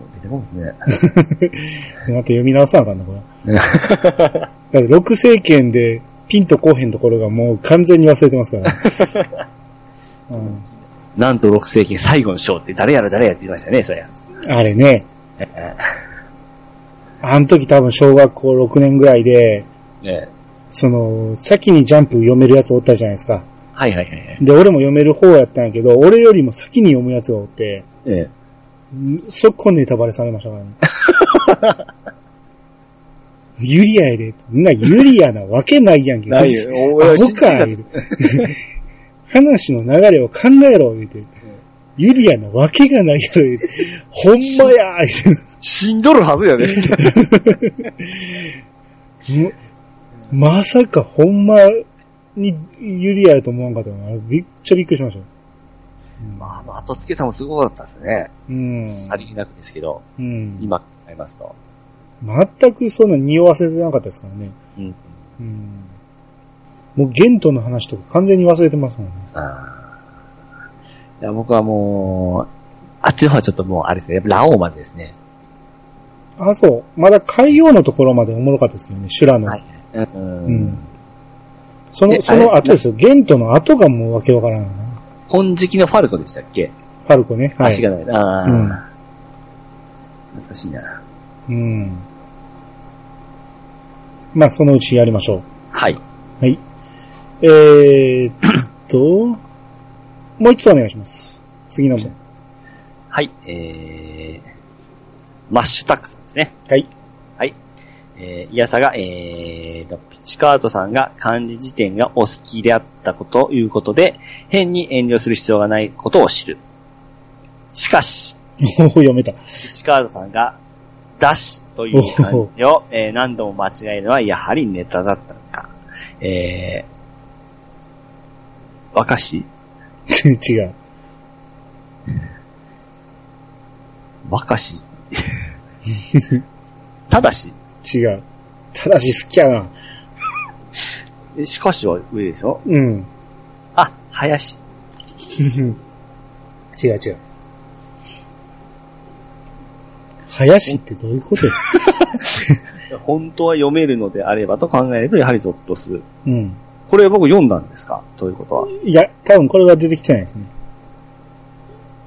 S2: う出てこんですね。
S1: ゃん。待って読み直さなあかんな、これ。だって六政権でピンとこうへんところがもう完全に忘れてますから。うん
S2: なんと6世紀最後の章って誰やら誰やって言いましたね、それ。
S1: あれね。あの時多分小学校6年ぐらいで、
S2: ね
S1: その、先にジャンプ読めるやつおったじゃないですか。
S2: はいはいはいはい。
S1: で、俺も読める方やったんやけど、俺よりも先に読むやつがおって、
S2: え
S1: んそこネタバレされましたからね。ユリアやで。んなユリアなわけないやんけ。
S2: え。ないよ。俺
S1: ア
S2: は
S1: ホ
S2: 知って
S1: か、
S2: た
S1: 言うて。話の流れを考えろ、言うて。ユリアなわけがないやろ、言うて。ほんまや、言うて。
S2: 死んどるはずやね。
S1: むまさかほんまにユリアやと思わんかったな。めっちゃびっくりしました。
S2: まあ、あの後付けさもすごかったですね。
S1: うん。
S2: さりげなくですけど、
S1: うん。
S2: 今考えますと。
S1: 全くその匂わせてなかったですからね。
S2: うん。
S1: うん。もうゲントの話とか完全に忘れてますもんね。
S2: あーいや僕はもう、あっちの方はちょっともうあれですね、やっぱラオウまでですね。
S1: あ、そう。まだ海洋のところまでおもろかったですけどね、修羅の。
S2: はい。うん。
S1: うんそ
S2: え
S1: の、その
S2: あれ
S1: 後ですよ。ゲントの後がもうわけわからんな。
S2: 金色のファルコでしたっけ、
S1: ファルコね。は
S2: 足
S1: い。
S2: がない。ああ、懐かしいな。
S1: うん。まあ、そのうちやりましょう。
S2: はい。
S1: はい。えー、っ と、もう一つお願いします。次のも。
S2: はい、えー、マッシュタックさんですね。
S1: はい。
S2: はい。えー、イヤサが、えーと、ピチカートさんが漢字辞典がお好きであったこと、いうことで、変に遠慮する必要がないことを知る。しかし、
S1: おお、読めた。
S2: 石川田さんが、ダッシュという漢字を、えー何度も間違えるのはやはりネタだったのか。えー、若し
S1: 違う。
S2: 若 しただし
S1: 違う。ただし好きやな。
S2: えしかしは上でしょ
S1: うん。
S2: あ、林。
S1: 違う違う。林ってどういうことや
S2: 本当は読めるのであればと考えるとやはりゾッとする。
S1: うん。
S2: これ僕読んだんですかということは。
S1: いや、多分これは出てきてないですね。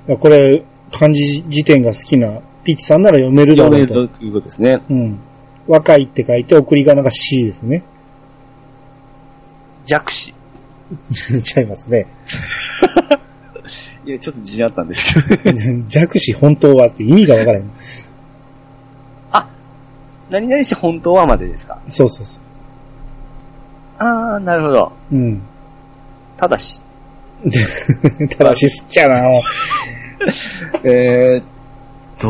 S1: だからこれ、漢字辞典が好きなピッチさんなら読めるだ
S2: 読
S1: ろ
S2: め
S1: うと。
S2: るということですね。
S1: うん。若いって書いて送り仮名が C です ね。
S2: 弱視。
S1: ちゃいますね。
S2: いや、ちょっと自信あったんですけど。
S1: 弱視本当はって意味がわからへん。
S2: 何々し本当はまでですか
S1: そうそうそ
S2: あー、なるほど。
S1: う。う ん。
S2: ただし。
S1: ただし好きやな、 もう
S2: えーっと、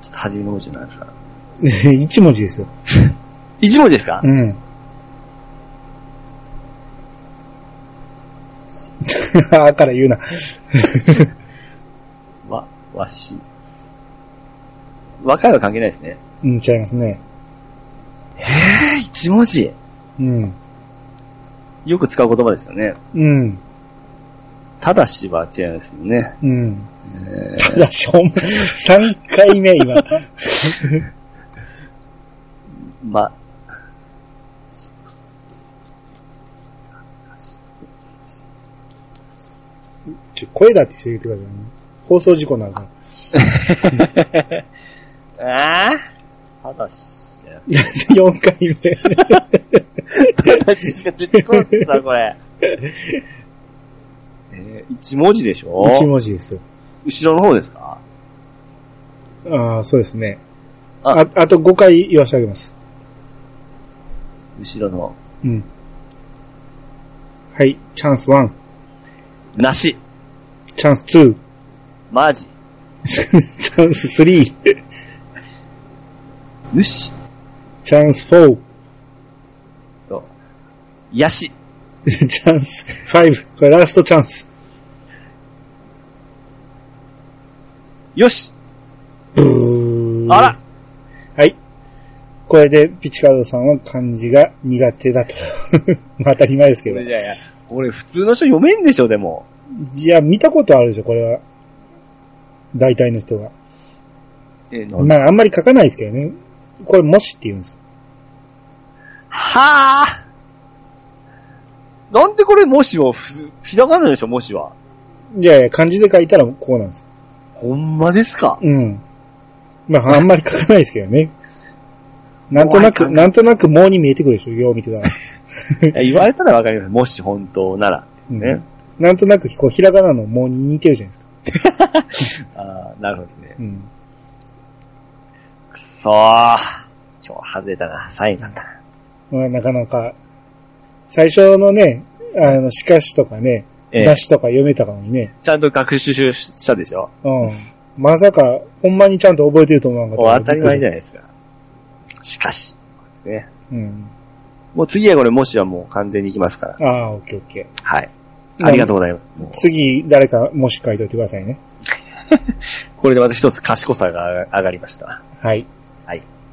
S2: ちょっと初めの文字なんですか
S1: 一文字ですよ。
S2: 一文字ですか、
S1: うん。 あから言うな。
S2: わし。若いは関係ないですね。
S1: うん、ちゃいますね。
S2: ええ一文字。
S1: うん。
S2: よく使う言葉ですよね。
S1: うん。
S2: ただしは違いますもんね。
S1: うん。
S2: え
S1: ただし、ほんま、3回目今。
S2: ー、ま、
S1: ちょ声だって言ってくださいね。放送事故になるから。
S2: ああただしじゃなく
S1: 4回目。
S2: て。ただししか出てこなかった、これ。 えー、一文字でしょ
S1: 1文字ですよ。
S2: 後ろの方ですか
S1: ああ、そうですね。
S2: あ
S1: あ、あと5回言わしてあげます。
S2: 後ろの。
S1: うん。はい、チャンス1、
S2: なし。
S1: チャンス2、
S2: マジ。
S1: チャンス3、
S2: ぬし。
S1: チャンス4、
S2: と。やし。
S1: チャンス5、これラストチャンス。
S2: よし。
S1: ブー。
S2: あら。
S1: はい。これで、ピチカードさんは漢字が苦手だと。 まあ当たり前ですけ
S2: こ
S1: ど。
S2: れじゃや。俺普通の人読めんでしょ、でも。
S1: いや、見たことあるでしょ、これは。大体の人が。
S2: えーなん
S1: まあ、あんまり書かないですけどね。これ、もしって言うんですよ。
S2: はあなんでこれ、もしをふ、ひらがなでしょ、もしは。
S1: いやいや、漢字で書いたらこうなんですよ。
S2: ほんまですか
S1: うん。まあ、あんまり書かないですけどね。なんとな
S2: 怖い感
S1: く、
S2: じ
S1: なんとなくもうに見えてくるでしょ、よう見て たら。
S2: いや言われたらわかります。もし本当なら。
S1: うん
S2: ね。
S1: なんとなく、こう、ひらがなのもうに似てるじゃないですか。
S2: ああ、なるほどですね。
S1: うん。
S2: くそー。今日外れたな。3位なんだな。
S1: まあ、なかなか、最初のね、あの、しかしとかね、
S2: ええ
S1: なしとか読めたかもね。
S2: ちゃんと学習したでしょ
S1: うん。まさか、ほんまにちゃんと覚えてると思わんかった
S2: も
S1: か
S2: う
S1: ら。
S2: 当たり前じゃ
S1: ゃ
S2: ないですか。しかし。ね。
S1: うん。
S2: もう次はこれ、もしはもう完全にいきますから。
S1: ああ、オッケーオッケ
S2: はい。ありがとうございます。もう
S1: 次、誰か、もし書いといてくださいね。
S2: これで私一つ賢さが上がりました。
S1: はい。
S2: はい。